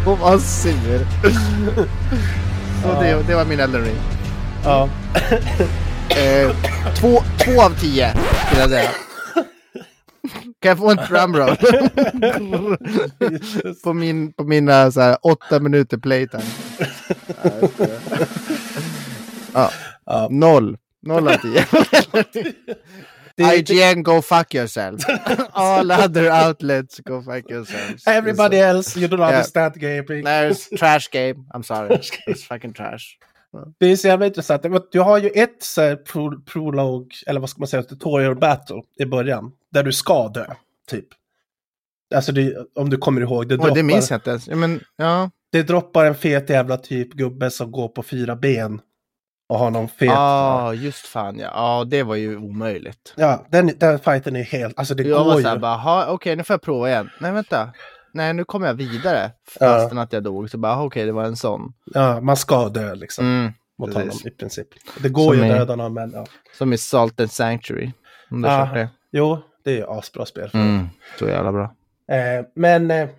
S2: Och var sur. Så det, det var min Elden Ring.
S1: Ja.
S2: Eh, två, två av tio skulle jag säga. Kan jag få en drumroll? på, min, på mina så här, åtta minuter playtime. Ja,
S1: Ja.
S2: noll. Noll av tio.
S1: Det är-
S2: IGN, go fuck yourself. All other outlets, go fuck yourselves.
S1: Everybody else, you don't understand gaming.
S2: There's trash game. I'm sorry. It's fucking trash.
S1: Det är så jävla intressant. Men Du har ju ett så här, pro, prolog, eller vad ska man säga, tutorial battle i början. Där du ska dö, typ. Alltså det, om du kommer ihåg. Det,
S2: Oj,
S1: droppar,
S2: det minns jag inte ens. Ja, men, ja.
S1: det droppar en fet jävla typ gubbe som går på fyra ben. Och har någon fet...
S2: ah, just fan ja. Ja, det var ju omöjligt.
S1: Ja, den, den fighten är helt... Alltså det
S2: Jag
S1: går
S2: var
S1: ju.
S2: såhär bara, "Ha, okej nu får jag prova igen. Nej vänta. Nej nu kommer jag vidare. Fastän att jag dog. Så bara, "Ah, okej det var en sån.
S1: Ja, man ska dö liksom.
S2: Mm.
S1: mot
S2: precis.
S1: honom i princip. Det går
S2: Som
S1: ju
S2: är-
S1: att döda någon, men ja.
S2: Som i Salt and Sanctuary. Om du
S1: Ja.
S2: har kört det.
S1: Jo, det är ju asbra spel.
S2: Mm. Så jävla bra.
S1: Eh, men eh,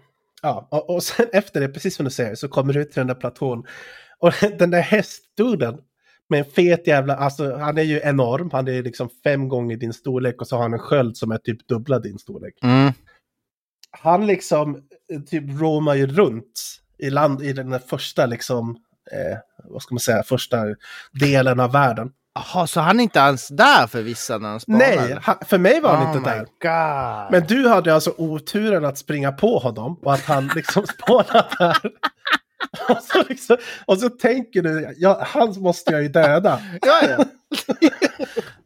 S1: ja, och, och sen efter det, precis som du säger, så kommer du ut till den där platån. Och den där hästduden med en fet jävla, alltså han är ju enorm, han är liksom fem gånger din storlek och så har han en sköld som är typ dubbla din storlek.
S2: Mm.
S1: Han liksom eh, typ romar ju runt i land i den där första liksom, eh, vad ska man säga, första delen av världen.
S2: Jaha, så han är inte ens där för vissa när han spanar?
S1: Nej, han, för mig var han
S2: oh
S1: inte
S2: my
S1: där.
S2: God.
S1: Men du hade alltså oturen att springa på honom och att han liksom spånade där. Och så, liksom, och så tänker du, ja, han måste jag ju döda.
S2: Ja, ja.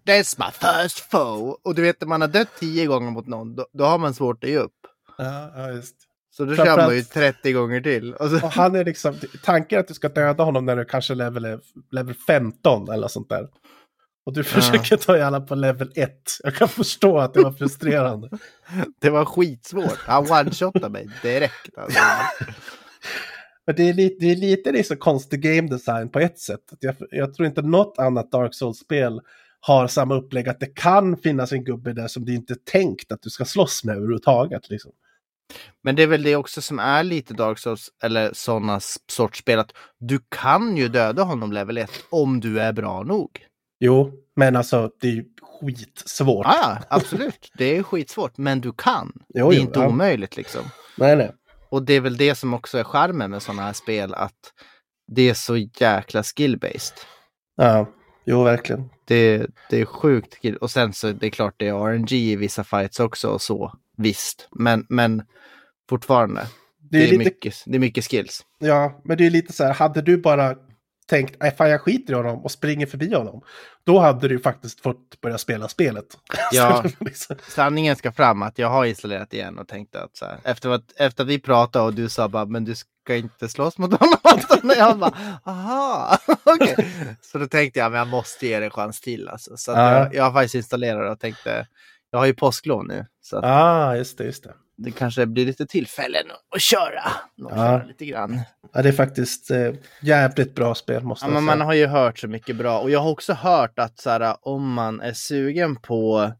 S2: That's my first foe. Och du vet, när man har dött tio gånger mot någon, då, då har man svårt att ge upp.
S1: Ja, ja, just.
S2: Så då kör
S1: Framförallt-
S2: man ju 30 gånger till. Och så,
S1: Och han är liksom, tanken är att du ska döda honom när du kanske level, level 15 eller sånt där. Och du försöker ta ihjäl honom på level 1. Jag kan förstå att det var frustrerande.
S2: det var skitsvårt. Han one-shotade mig direkt. Alltså.
S1: Men det är lite, det är lite liksom konstig game design på ett sätt. Att Jag, jag tror inte något annat Dark Souls-spel har samma upplägg att det kan finnas en gubbe där som det inte är tänkt att du ska slåss med överhuvudtaget. Liksom.
S2: Men det är väl det också som är lite Dark Souls, eller sådana sorts spel, att du kan ju döda honom level 1 om du är bra nog.
S1: Jo, men alltså det är ju skitsvårt.
S2: Ja, ja, absolut. Det är skitsvårt, men du kan.
S1: Jo,
S2: Ah, det är
S1: jo,
S2: inte
S1: ja.
S2: omöjligt liksom.
S1: Nej, nej.
S2: Och det är väl det som också är charmen med sådana här spel, att det är så jäkla skill-based.
S1: Ja, jo, verkligen.
S2: Det, det är sjukt skill. Och sen så det är klart det är RNG i vissa fights också och så, visst. Men, men fortfarande,
S1: Det
S2: det
S1: är,
S2: är,
S1: lite,
S2: mycket, det är mycket skills.
S1: Ja, men det är lite så här, hade du bara tänkt "Nej, fan jag skiter i honom och springer förbi honom, då hade du ju faktiskt fått börja spela spelet.
S2: Ja.
S1: Liksom.
S2: Sanningen ska fram att jag har installerat igen och tänkte att så här, efter, att, efter att vi pratade och du sa bara men du ska inte slåss mot honom. Och jag bara aha, okej. Så då tänkte jag men jag måste ge det en chans till alltså. Så att
S1: Ja.
S2: jag, jag har faktiskt installerat det och tänkte jag har ju påsklov nu. Så att
S1: ah, just det, just det.
S2: det kanske blir lite tillfällen att köra. Något
S1: Ja.
S2: köra lite grann.
S1: Ja, det är faktiskt eh, jävligt bra spel måste
S2: Ja,
S1: jag
S2: men
S1: säga.
S2: man har ju hört så mycket bra och jag har också hört att så här, om man är sugen på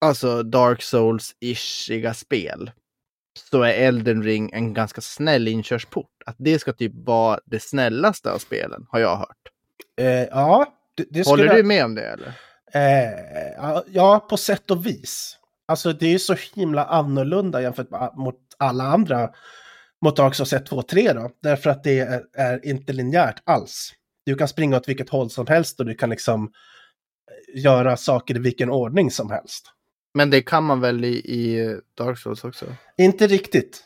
S2: alltså Dark Souls-ishiga spel så är Elden Ring en ganska snäll inkörsport. Att det ska typ vara det snällaste av spelen har jag hört.
S1: Eh, ja, det, det skulle
S2: Håller
S1: jag-
S2: du med om det eller?
S1: Eh, ja, på sätt och vis. Alltså det är ju så himla annorlunda jämfört med, mot alla andra mot Dark sett 2 3 då. Därför att det är, är inte linjärt alls. Du kan springa åt vilket håll som helst och du kan liksom eh, göra saker i vilken ordning som helst.
S2: Men det kan man väl i, i Dark Souls också?
S1: Inte riktigt.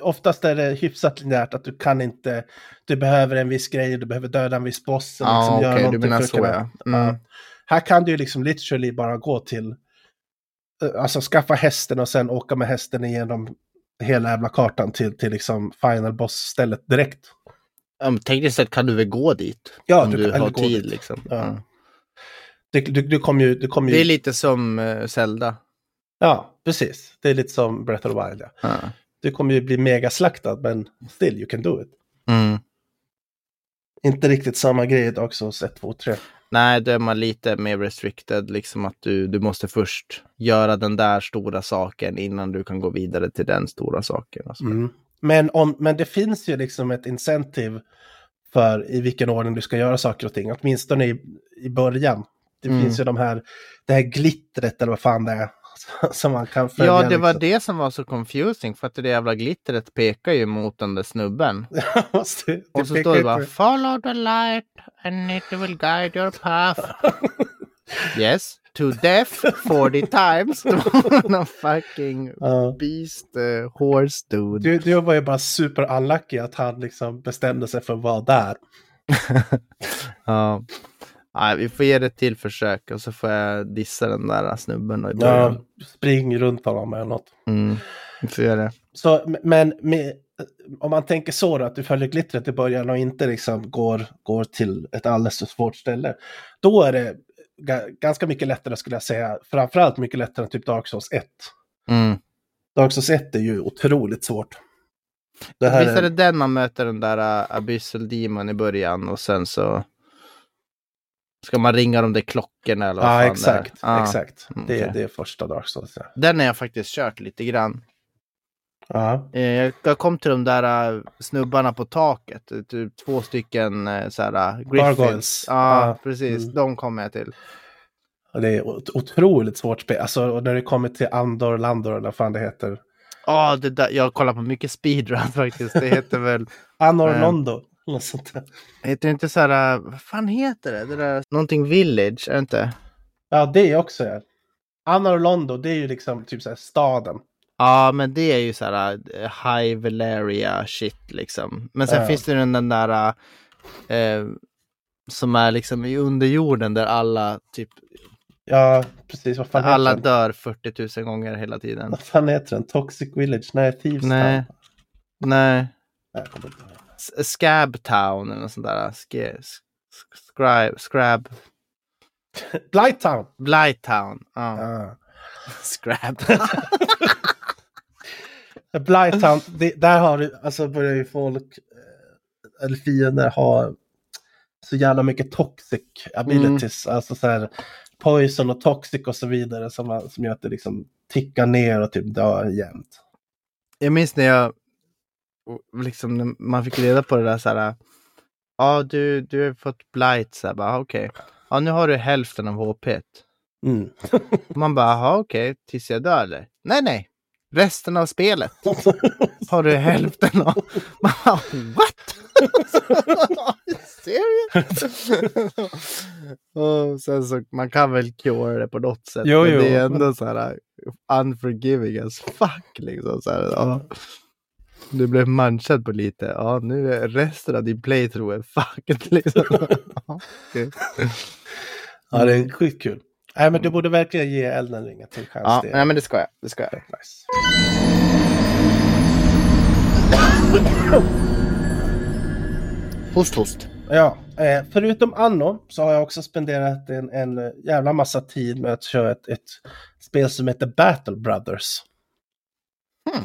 S1: Oftast är det hyfsat linjärt att du kan inte, du behöver en viss grej, du behöver döda en viss boss. eller
S2: Ja,
S1: liksom göra
S2: Ah, okej, du
S1: någonting
S2: menar
S1: för att
S2: så
S1: kunna-
S2: ja.
S1: Ja.
S2: Mm.
S1: Här kan du ju liksom literally bara gå till, eh, alltså skaffa hästen och sen åka med hästen igenom hela jävla kartan till, till liksom final boss-stället direkt.
S2: Ja, men tekniskt sett kan du väl gå dit?
S1: Ja,
S2: om
S1: du
S2: du,
S1: kan-
S2: har
S1: eller gå
S2: tid
S1: dit.
S2: liksom.
S1: Ja.
S2: Ja.
S1: Du, du, du kommer ju... Du kommer ju
S2: Det är lite som eh, Zelda.
S1: Ja, precis. Det är lite som Breath of the Wild. Ja.
S2: Ja.
S1: Du kommer ju bli megaslaktad, men still you can do it.
S2: Mm.
S1: Inte riktigt samma grej i Dark Souls 1, 2, 3.
S2: Nej, då är man lite mer restricted, liksom att du, du måste först göra den där stora saken innan du kan gå vidare till den stora saken. Alltså. och så.
S1: Mm. Men, om, men det finns ju liksom ett incentive för i vilken ordning du ska göra saker och ting, åtminstone i, i början. Det
S2: Mm.
S1: finns ju de här, det här glittret eller vad fan det är som man kan följa.
S2: Ja, det var
S1: liksom.
S2: det som var så confusing, för att det där jävla glittret pekar ju mot den där snubben.
S1: Måste- det.
S2: Och så
S1: pekar
S2: står det
S1: ut-
S2: bara “Follow the light and it will guide your path”. yes, to death 40 times. Det var någon fucking
S1: Ja.
S2: beast eh, horse dude.
S1: du, du var ju bara super unlucky att han liksom bestämde sig för att vara där.
S2: Ja. Nej, vi får ge det ett till försök och så får jag dissa den där snubben då i början.
S1: spring runt honom eller något.
S2: Mm. Vi får göra det.
S1: Så, m- men med, eh, om man tänker så då, att du följer glittret i början och inte liksom går, går till ett alldeles för svårt ställe. Då är det ga- ganska mycket lättare skulle jag säga. Framförallt mycket lättare än typ Dark Souls 1.
S2: Mm.
S1: Dark Souls 1 är ju otroligt svårt. Det här
S2: Visst
S1: är,
S2: är det den man möter den där uh, Abyssal Demon i början och sen så ska man ringa de där klockorna eller vad fan
S1: ja,
S2: det är.
S1: exakt.
S2: Ja.
S1: exakt.
S2: Mm,
S1: Det,
S2: okej.
S1: det är första Dark Souls. Ja.
S2: Den har jag faktiskt kört lite grann.
S1: Ja.
S2: Eh, jag- Jag kom till de där eh, snubbarna på taket, eh, typ två stycken eh, så här, eh, griffins.
S1: Gargoyles.
S2: Ja,
S1: Ja,
S2: precis.
S1: mm.
S2: De kom jag till.
S1: Och Det är ot- otroligt svårt spel. Alltså och när det kommer till Andor, Landor eller vad fan det heter.
S2: Ja, det där, jag kollar på mycket speedrun faktiskt. Det heter väl...
S1: Anor
S2: Mm.
S1: Londo. Något sånt där.
S2: Heter det inte så här... eh, Vad fan heter det? det där, någonting village, är det inte?
S1: Ja, det också. Ja. Anor Londo, det är ju liksom typ så här staden.
S2: Ja, men det är ju så här eh, high Valeria shit liksom. Men sen
S1: Ja.
S2: finns det ju den, den där eh, som är liksom i underjorden där alla typ
S1: Ja, precis. Vad fan
S2: alla
S1: heter den?
S2: dör 40 000 gånger hela tiden.
S1: Vad fan heter den? Toxic Village? Nej, Thieves
S2: Nej.
S1: Town. Nej,
S2: Nej.
S1: jag kommer inte ihåg.
S2: S- Scab Town eller något sånt där. Ske- s- Scribe, scrab,
S1: Blight Town!
S2: Blight Town. Ja.
S1: Ja.
S2: Scrab.
S1: Blight Town, det, där har du, alltså börjar ju folk, eh, eller fiender ha så jävla mycket toxic abilities.
S2: Mm.
S1: Alltså så här poison och toxic och så vidare som, som gör att det liksom tickar ner och typ dör jämt.
S2: jag minns när jag, och liksom, när man fick reda på det där så här. Ja, du, du har fått blight. Så här, bara, okej. Ja, nu har du hälften av HP.
S1: Mm.
S2: Man bara, jaha, okej, tills jag dör eller? Nej, nej. Resten av spelet har du hälften av. Man bara, what? Are you serious? och sen så, man kan väl cure det på något sätt.
S1: Jo,
S2: men
S1: jo.
S2: det är ändå så här uh, unforgiving as fuck liksom. Så här, ja. Du blev manchad på lite. Ja, nu är resten av din playthrough är fucked liksom. Ja, okej.
S1: Ja, det
S2: Mm.
S1: är skitkul. Nej, men du borde verkligen ge Elden Ring en till chans.
S2: ja,
S1: det är
S2: nej, men det ska jag. Det ska jag.
S1: rätt nice.
S2: Host, host.
S1: Ja, eh, förutom Anno så har jag också spenderat en, en jävla massa tid med att köra ett, ett spel som heter Battle Brothers.
S2: Hmm.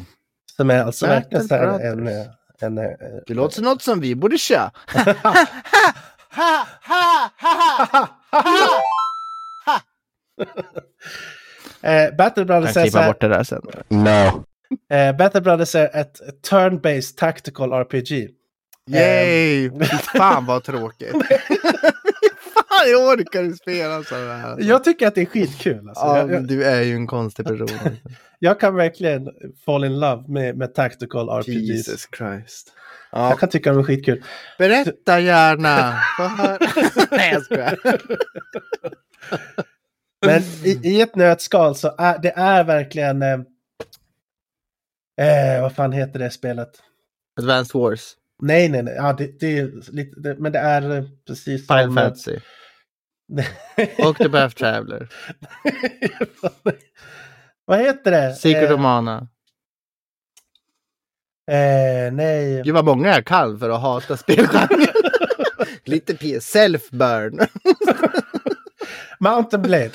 S1: Som är alltså
S2: Battle
S1: verkligen så här en...
S2: Brothers.
S1: eh, en, eh, eh,
S2: Det låter som något som vi borde köra. Ha, ha, ha, ha, ha, ha.
S1: eh, Battle Brothers är, så här,
S2: det där sen. No.
S1: eh, Battle Brothers är ett turn-based tactical RPG.
S2: Ehm. Yay! Fy fan vad tråkigt. Jag orkar inte spela sådana här. alltså.
S1: Jag tycker att det är skitkul. Alltså.
S2: ja,
S1: jag,
S2: men
S1: jag,
S2: du är ju en konstig person.
S1: jag kan verkligen fall in love med, med tactical RPGs.
S2: Jesus Christ.
S1: Jag
S2: Ja,
S1: kan tycka de är skitkul.
S2: berätta gärna. Få höra. Nej, jag skojar.
S1: Men i, i ett nötskal så är det är verkligen... Eh, eh, vad fan heter det spelet?
S2: Advanced Wars.
S1: Nej, nej, nej. Ja, det, det är lite, det, men det är eh, precis
S2: Final Fantasy. Octopath Traveler.
S1: vad heter det?
S2: Secret
S1: eh,
S2: Romana.
S1: eh, nej.
S2: Gud vad många jag kan för att hata spelgenren. Lite p- self-burn.
S1: Mountain Blade.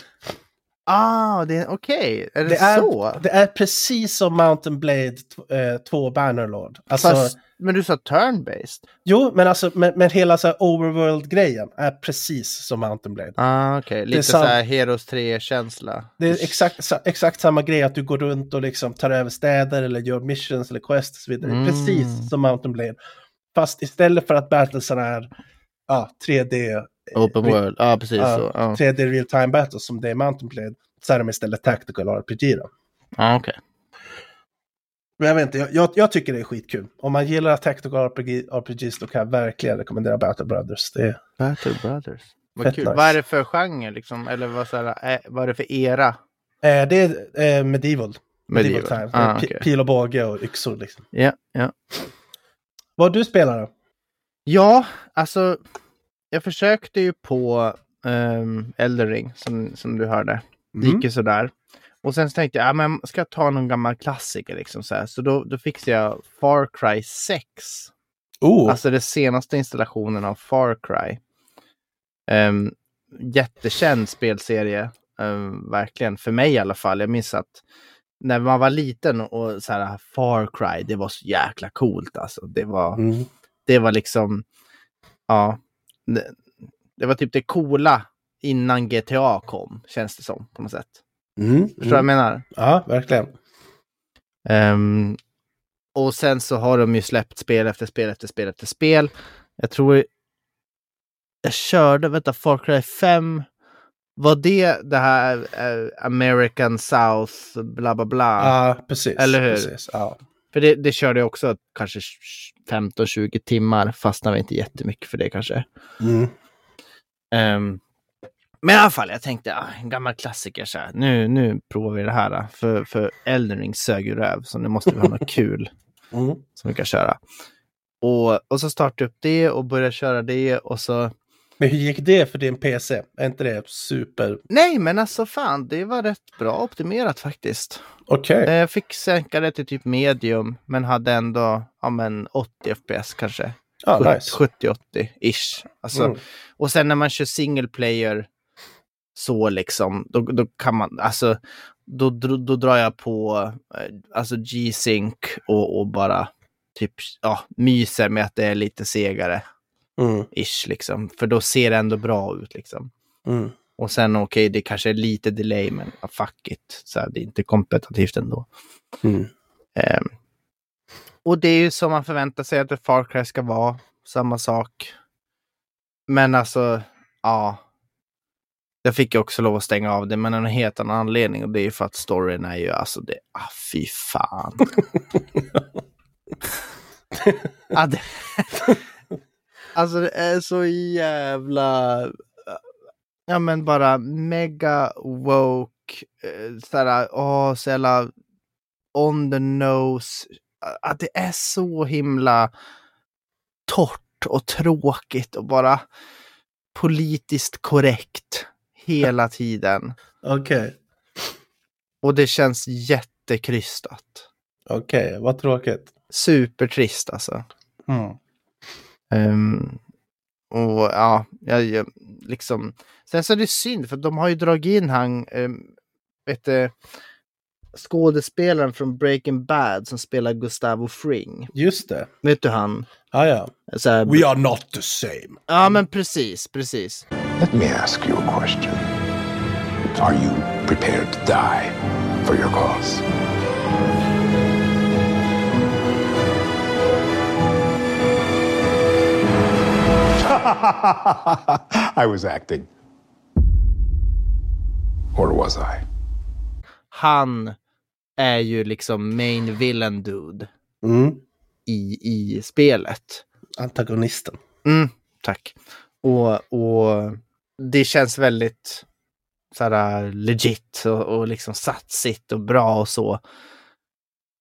S2: Ah, det är okej. Är det,
S1: Det är,
S2: så?
S1: det är precis som Mountain Blade eh, 2 Bannerlord. Alltså,
S2: Fast, men du sa turn-based.
S1: Jo, men, alltså, men, men hela så här overworld-grejen är precis som Mountain Blade.
S2: Ah, okej. Lite så
S1: sant.
S2: här Heroes 3-känsla.
S1: Det är exakt, sa- exakt samma grej att du går runt och liksom tar över städer eller gör missions eller quests och så vidare. Det är
S2: Mm.
S1: Precis som Mountain Blade. Fast istället för att battlesen är ja, 3D,
S2: Open
S1: vi-
S2: World. Ja, ah, precis
S1: Ja.
S2: så. Ja,
S1: 3D real time battles som det är i Mountain Blade så är de istället tactical RPG. Då.
S2: ah, okej.
S1: Men jag vet inte, jag, jag, jag tycker det är skitkul. Om man gillar tactical RPG, RPGs då kan jag verkligen rekommendera Battle Brothers. Det är,
S2: Battle Brothers. Vad
S1: Fett
S2: kul.
S1: nice.
S2: Vad är det för genre liksom? Eller vad, så här, eh, vad är det för era?
S1: eh, det är eh, medieval. Medieval time.
S2: Ah,
S1: Pi-
S2: okej.
S1: Pil och båge och yxor liksom.
S2: Ja, ja.
S1: Vad du spelar då? Mm.
S2: Ja, alltså. Jag försökte ju på um, Eldering som, som du hörde.
S1: Mm.
S2: Det gick ju sådär. Och sen så tänkte jag, ja, men ska jag ta någon gammal klassiker liksom så här. Så då, då fixade jag Far Cry 6.
S1: Oh,
S2: Alltså den senaste installationen av Far Cry. Ehm, jättekänd spelserie, ehm, verkligen. För mig i alla fall. Jag minns att när man var liten och så här, "Ah, Far Cry, det var så jäkla coolt alltså. Det var,
S1: mm.
S2: det var liksom, ja, det, det var typ det coola innan GTA kom, känns det som på något sätt.
S1: Mm.
S2: Förstår du
S1: Mm.
S2: vad jag menar?
S1: Ja, verkligen.
S2: Ehm, och sen så har de ju släppt spel efter spel efter spel efter spel. Jag tror jag körde, vänta, Far Cry 5. Var det det här eh, American South, bla bla bla?
S1: Ja, precis.
S2: Eller hur?
S1: Precis. Ja.
S2: För det, det körde jag också kanske 15-20 timmar, fastnade inte jättemycket för det kanske.
S1: Mm.
S2: Ehm, men i alla fall, jag tänkte ah, en gammal klassiker så här. Nu, nu provar vi det här. Då. För, för Elden Ring sög ju röv, så nu måste vi ha något kul
S1: Mm.
S2: som vi kan köra. Och, och så startade jag upp det och började köra det och så...
S1: Men hur gick det för din PC? Är inte det super...
S2: Nej, men alltså fan, det var rätt bra optimerat faktiskt.
S1: Okej.
S2: Eh, Jag fick sänka det till typ medium, men hade ändå ja, men 80 FPS kanske.
S1: Ja,
S2: Sjut-
S1: nice.
S2: 70-80-ish. Alltså,
S1: Mm.
S2: Och sen när man kör single player så liksom, då, då kan man, alltså, då, då, då drar jag på eh, alltså G-Sync och, och bara typ, ja, myser med att det är lite segare,
S1: Mm.
S2: ish liksom. För då ser det ändå bra ut liksom.
S1: Mm.
S2: Och sen okej, det kanske är lite delay, men ah, fuck it. Så här, det är inte kompetitivt ändå.
S1: Mm.
S2: Ehm, och det är ju som man förväntar sig att ett Far Cry ska vara. Samma sak. Men alltså, ja. Jag fick ju också lov att stänga av det, men av en helt annan anledning. Och det är ju för att storyn är ju, alltså det, ah, fy fan. ah, det, alltså det är så jävla, ja men bara mega woke, eh, sådär, åh, så jävla on the nose. Att det är så himla torrt och tråkigt och bara politiskt korrekt hela tiden.
S1: Okej.
S2: Och det känns jättekrystat.
S1: Okej, vad tråkigt.
S2: Supertrist alltså.
S1: Mm.
S2: Ehm, och ja, jag, jag, liksom. Sen så är det synd för de har ju dragit in han, um, vet du, skådespelaren från Breaking Bad som spelar Gustavo Fring.
S1: Just det.
S2: Vet du han?
S1: Ah, ja.
S2: Så här,
S1: We are not the same.
S2: Ja, men precis, precis.
S3: Let me ask you a question. Are you prepared to die for your cause? I was acting. Or was I?
S2: Han är ju liksom main villain dude
S1: Mm.
S2: i, i spelet.
S1: Antagonisten.
S2: Mm, tack. Och, och det känns väldigt så här, äh, legit och, och liksom satsigt och bra och så.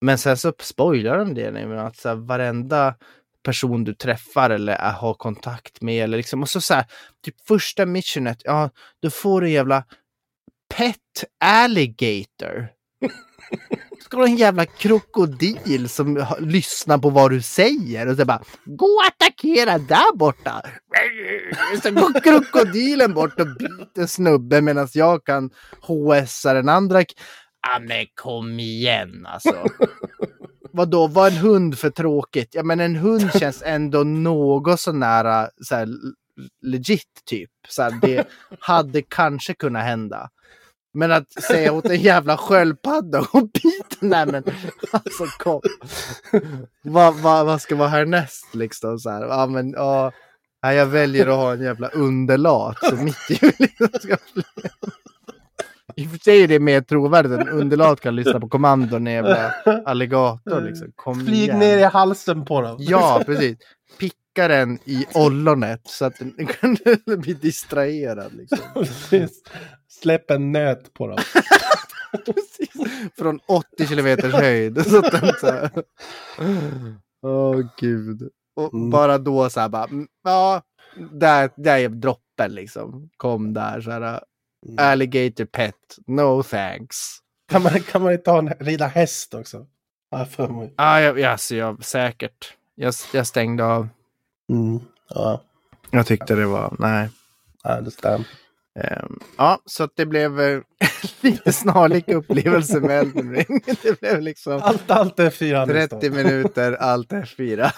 S2: Men sen så spoilar de det nu, men att så här, varenda person du träffar eller är- har kontakt med eller liksom och så, så här, typ första missionet, ja, då får du en jävla pet alligator. Då Ska du ha en jävla krokodil som ha- lyssnar på vad du säger och så bara gå och attackera där borta. Så går krokodilen bort och biter snubben medan jag kan HSa den andra. k- Ja men kom igen alltså. Vadå, var en hund för tråkigt? Ja men en hund känns ändå något sånär så här, legit typ. Så här, det hade kanske kunnat hända. Men att säga åt en jävla sköldpadda och bita, nej men alltså kom. Vad va, vad ska vara härnäst liksom så här? Ja men ja. Nej, jag väljer att ha en jävla underlat som mitt i liksom ska fly. I och för sig är det mer trovärdigt. En underlat kan lyssna på kommandon i en jävla alligator liksom. Kom
S1: Flyg
S2: igen.
S1: ner i halsen på dem.
S2: Ja, precis. Picka den i ollonet så att den kan bli distraherad. Liksom.
S1: Precis. Släpp en nöt på dem.
S2: Precis. Från 80 kilometers höjd. Så att den så här... Åh gud. Och
S1: Mm.
S2: bara då så här bara, mm, ja, där, där är droppen liksom. Kom där så här. Äh. Alligator pet, no thanks.
S1: Kan man, kan man inte ha en, rida häst också? Ja, för mig.
S2: Ah, jag, jag, alltså, jag, säkert. Jag, jag stängde av.
S1: Mm. Ja,
S2: Jag tyckte det var, nej.
S1: I understand.
S2: Ehm, ja, så att det blev eh, lite snarlik upplevelse med Elden Ring. Det blev liksom
S1: Allt, allt är fyra andra
S2: 30 minuter, allt F4.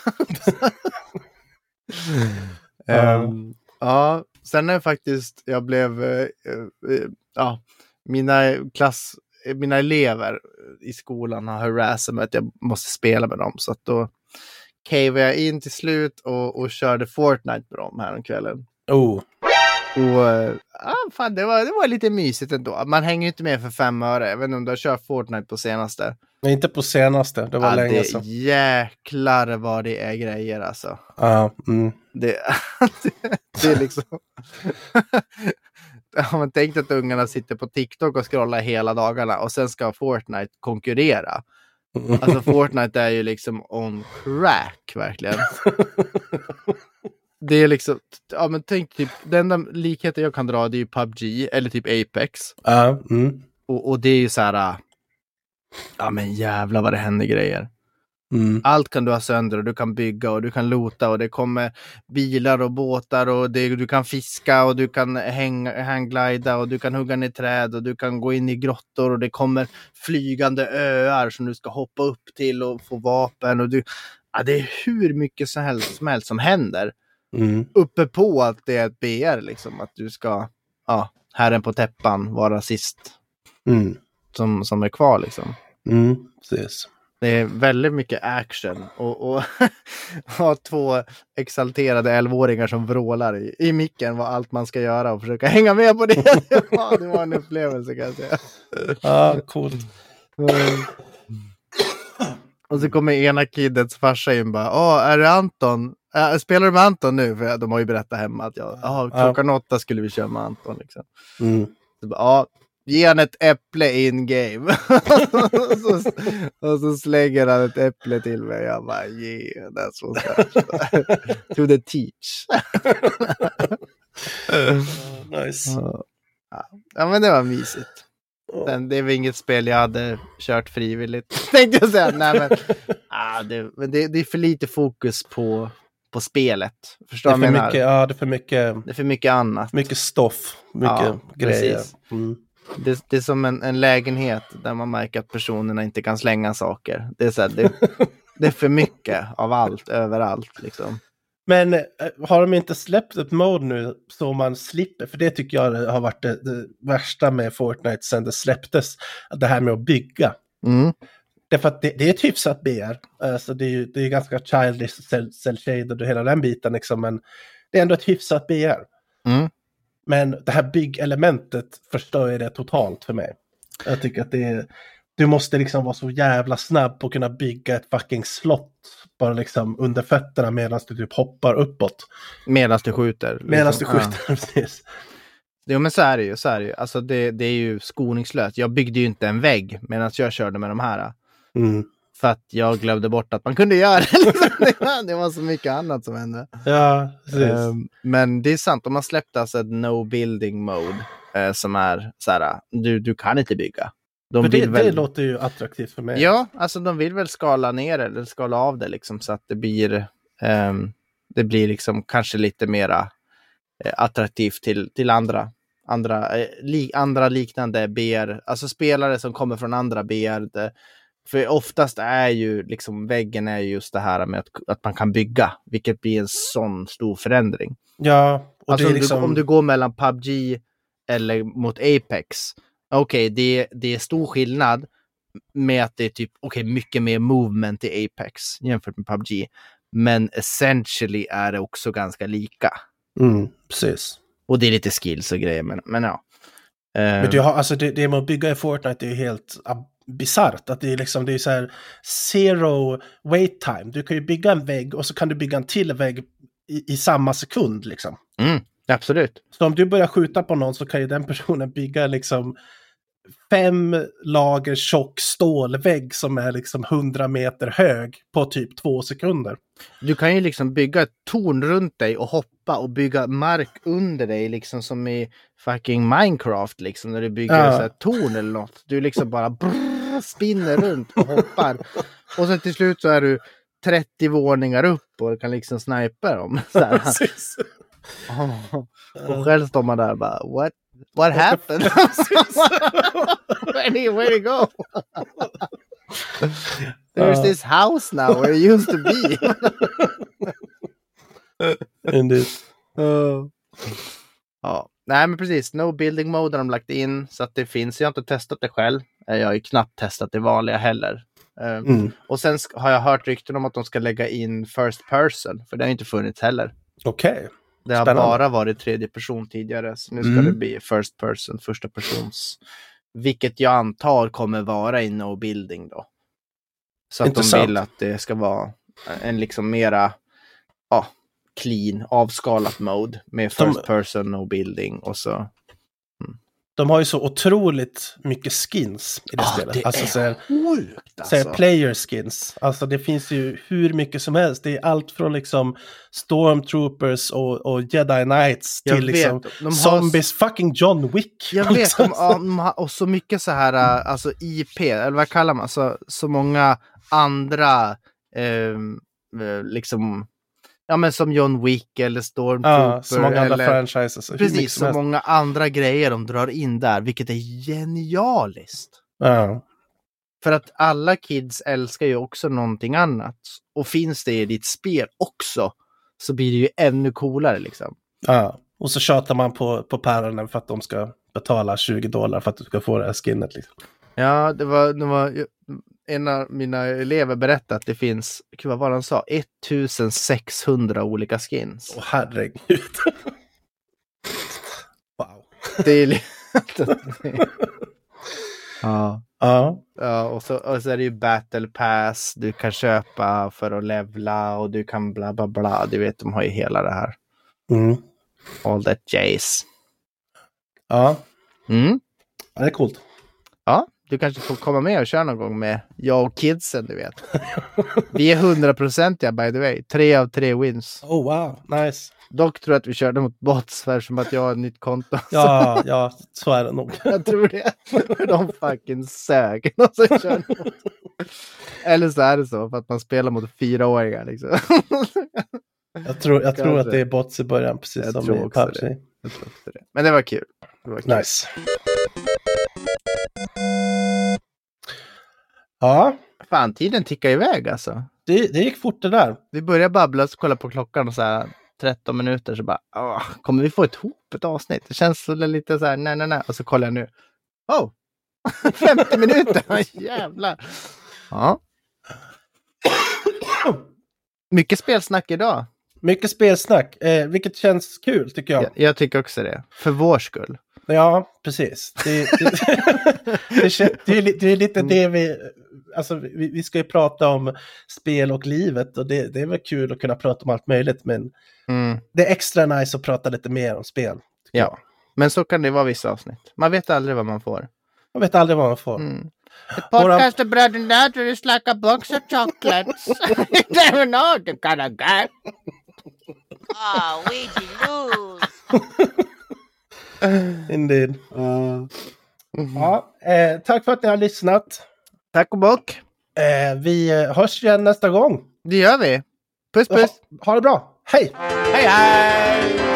S1: Ja.
S2: Ehm, ja, sen är faktiskt, jag blev, eh, eh, ja, mina klass, eh, mina elever i skolan har harassat mig att jag måste spela med dem. Så att då cavade jag in till slut och, och körde Fortnite med dem häromkvällen.
S1: Oh.
S2: Och eh, ja, fan, det, var, det var lite mysigt ändå. Man hänger ju inte med för fem öre. Jag vet inte om du har kört Fortnite på senaste.
S1: Men inte på senaste, det var
S2: Ja,
S1: länge
S2: det-
S1: sedan.
S2: Jäklar vad det är grejer alltså.
S1: Ja, mm.
S2: Det, det, det är liksom... Har man tänkt att ungarna sitter på TikTok och scrollar hela dagarna och sen ska Fortnite konkurrera?
S1: mm,
S2: Alltså Fortnite är ju liksom on crack verkligen. Det är liksom, ja men tänk typ, den enda likheten jag kan dra det är ju PubG eller typ Apex.
S1: Ja, mm.
S2: Och, och det är ju så här, äh, ja men jävlar vad det händer grejer.
S1: Mm.
S2: Allt kan du ha sönder och du kan bygga och du kan lota och det kommer bilar och båtar och det, du kan fiska och du kan häng, hangglida och du kan hugga ner träd och du kan gå in i grottor och det kommer flygande öar som du ska hoppa upp till och få vapen och du, ja, det är hur mycket som helst, som helst som händer.
S1: Mm.
S2: Uppe på att det är ett BR liksom, att du ska, ja, herren på täppan vara sist
S1: Mm.
S2: som, som är kvar liksom.
S1: Mm. Precis.
S2: Det är väldigt mycket action och, och ha två exalterade 11-åringar som vrålar i, i micken vad allt man ska göra och försöka hänga med på det. Ja, det var en upplevelse kan jag säga.
S1: Ja, coolt.
S2: Och så kommer ena kidets farsa in bara, ja, är det Anton? Äh, spelar du med Anton nu? För de har ju berättat hemma att jag, ja, klockan åtta skulle vi köra med Anton. Liksom.
S1: Mm.
S2: Så bara, ja, ge han ett äpple in game. och, så, och så slänger han ett äpple till mig. Jag bara, yeah, that's what's that. to the teach.
S1: Nice.
S2: ja, men det var mysigt. Sen, det var inget spel jag hade kört frivilligt. Tänkte jag säga. Nej, men ah, det, men det, det är för lite fokus på, på spelet.
S1: Det
S2: Förstår
S1: är
S2: du
S1: för
S2: vad jag menar?
S1: mycket, ja, det är för mycket,
S2: Det är för mycket annat.
S1: mycket stoff, mycket
S2: Ja,
S1: grejer.
S2: precis.
S1: Mm.
S2: Det, det är som en, en lägenhet där man märker att personerna inte kan slänga saker. Det är, så här, det, det är för mycket av allt, överallt. Liksom.
S1: Men eh, har de inte släppt ett mode nu så man slipper, för det tycker jag har varit det, det värsta med Fortnite sedan det släpptes, det här med att bygga.
S2: Mm.
S1: Därför att det, det är ett hyfsat BR. Alltså det är ju det är ganska childish, cell- cell shaded och hela den biten liksom. Men det är ändå ett hyfsat BR.
S2: Mm.
S1: Men det här byggelementet förstör ju det totalt för mig. Jag tycker att det är... Du måste liksom vara så jävla snabb på att kunna bygga ett fucking slott. Bara liksom under fötterna medan du typ hoppar uppåt.
S2: Medan du skjuter. liksom.
S1: Medan du
S2: Ja.
S1: skjuter, precis.
S2: Jo men så är det ju, så är det ju. Alltså det, det är ju skoningslöst. Jag byggde ju inte en vägg medan jag körde med de här.
S1: Mm.
S2: För att jag glömde bort att man kunde göra det. liksom. Det var- det var så mycket annat som hände.
S1: Ja, precis.
S2: Ehm, men det är sant, de har släppt alltså ett no building mode. eh, som är så här, du, du kan inte bygga. De
S1: för det,
S2: vill väl-
S1: det låter ju attraktivt för mig.
S2: Ja, alltså de vill väl skala ner eller skala av det liksom så att det blir, ehm, det blir liksom kanske lite mera eh, attraktivt till, till andra, andra, eh, li, andra liknande BR, alltså spelare som kommer från andra BR. Det, för oftast är ju liksom väggen är ju just det här med att, att man kan bygga, vilket blir en sån stor förändring.
S1: Ja, och
S2: Alltså
S1: det
S2: om,
S1: är liksom...
S2: du, om du går mellan PubG eller mot Apex. Okej, det, det är stor skillnad med att det är typ okej, mycket mer movement i Apex jämfört med PubG. Men essentially är det också ganska lika.
S1: Mm, precis.
S2: Och det är lite skills och grejer, men, men ja. Eh,
S1: Men du har, alltså det, det med att bygga i Fortnite är ju helt ab- bisarrt. Att det är liksom, det är så här zero wait time. Du kan ju bygga en vägg och så kan du bygga en till vägg i, i samma sekund liksom.
S2: mm, absolut.
S1: Så om du börjar skjuta på någon så kan ju den personen bygga liksom fem lager tjock stålvägg som är liksom 100 meter hög på typ två sekunder.
S2: Du kan ju liksom bygga ett torn runt dig och hoppa och bygga mark under dig, liksom som i fucking Minecraft, liksom när du bygger
S1: Ja.
S2: så här torn eller något. Du liksom bara brrr, spinner runt och hoppar. Och sen till slut så är du 30 våningar upp och kan liksom snipa dem. Så här.
S1: Precis.
S2: och själv står man där och bara what? What happened? where, did, where did it go? There's
S1: Ja.
S2: this house now where it used to be.
S1: Indeed.
S2: Ja, nej men precis. No building mode har de lagt in så att det finns. Jag har inte testat det själv. Eh, Jag har ju knappt testat det vanliga heller. Eh,
S1: Mm.
S2: Och sen sk- har jag hört rykten om att de ska lägga in first person, för det har ju inte funnits heller.
S1: Okej.
S2: Det har
S1: Spännande.
S2: bara varit tredje person tidigare, så nu ska
S1: Mm.
S2: det bli first person, första persons. Vilket jag antar kommer vara i no building då. Så att de
S1: Intressant.
S2: vill att det ska vara en liksom mera ja, clean, avskalat mode med
S1: De-
S2: first person, no building och så.
S1: De har ju så otroligt mycket skins i det
S2: Ah,
S1: spelet.
S2: det
S1: alltså
S2: är
S1: så här,
S2: Sjukt
S1: så här player skins. Alltså det finns ju hur mycket som helst. Det är allt från liksom stormtroopers och, och jedi knights
S2: Jag
S1: till
S2: vet,
S1: liksom
S2: de har-
S1: zombies, fucking John Wick.
S2: Jag vet,
S1: Liksom.
S2: de, ja, de har, och så mycket så här, äh, alltså IP, eller vad kallar man, så, så många andra, ehm, eh, liksom, ja men som John Wick eller Stormtrooper.
S1: Ja, så många andra
S2: eller,
S1: franchises. hur mycket
S2: Precis,
S1: som
S2: så
S1: helst.
S2: många andra grejer de drar in där, vilket är genialiskt.
S1: Ja.
S2: För att alla kids älskar ju också någonting annat. Och finns det i ditt spel också, så blir det ju ännu coolare liksom.
S1: Ja. Och så tjatar man på, på päronen för att de ska betala 20 dollar för att du ska få det här skinnet. Liksom.
S2: Ja, det var, det var en av mina elever berättade att det finns, gud vad var det han sa, 1600 olika skins.
S1: Åh herregud. wow.
S2: Det är li- ja.
S1: Ja.
S2: ja och, så, och så är det ju battle pass, du kan köpa för att levla och du kan bla bla bla. Du vet, de har ju hela det här.
S1: Mm.
S2: All that jazz.
S1: Ja.
S2: Mm.
S1: ja, det är coolt.
S2: Ja, du kanske får komma med och köra någon gång med jag och kidsen, du vet. Vi är hundraprocentiga by the way. Tre av tre wins.
S1: Oh wow, nice.
S2: Dock tror jag att vi körde mot bots eftersom att jag har ett nytt konto.
S1: Ja, ja, så är det nog.
S2: Jag tror det. För De fucking sög. De som körde mot. Eller så är det så för att man spelar mot fyraåringar. Liksom.
S1: Jag tror, jag tror
S2: Kanske.
S1: att det är bots i början, precis
S2: Jag
S1: som
S2: tror
S1: i
S2: också
S1: PubG.
S2: Jag tror också det. Men det var kul. Det var kul.
S1: Nice. Ja,
S2: Fan, tiden tickar iväg alltså.
S1: det, det gick fort det där.
S2: Vi börjar babbla och så kollar på klockan och så här 13 minuter så bara, "Åh, kommer vi få ett ihop ett avsnitt? Det känns så lite så här, nej, nej, nej. Och så kollar jag nu. Oh! 50 minuter! Jävlar! Ja. Mycket spelsnack idag.
S1: Mycket spelsnack, eh, vilket känns kul tycker jag.
S2: Jag, jag tycker också det. För vår skull.
S1: Ja, precis. Det, det, det, kän- det, är, li- det är lite
S2: Mm.
S1: det vi... Alltså, vi, vi ska ju prata om spel och livet och det, det är väl kul att kunna prata om allt möjligt, men
S2: Mm.
S1: det är extra nice att prata lite mer om spel. tycker
S2: Ja.
S1: jag.
S2: Men så kan det vara vissa avsnitt. Man vet aldrig vad man får.
S1: Man vet aldrig vad man får.
S2: Mm. Ett
S1: podcast
S2: of bread and butter is like a box of chocolates. you never know what you're gonna get.
S4: Oh, we lose.
S1: Indeed. Ja, eh, tack för att ni har lyssnat.
S2: Tack och bock.
S1: Eh, vi eh, hörs igen nästa gång.
S2: Det gör vi. Puss
S1: Ha,
S2: puss.
S1: ha det bra. Hej!
S2: Hej hej!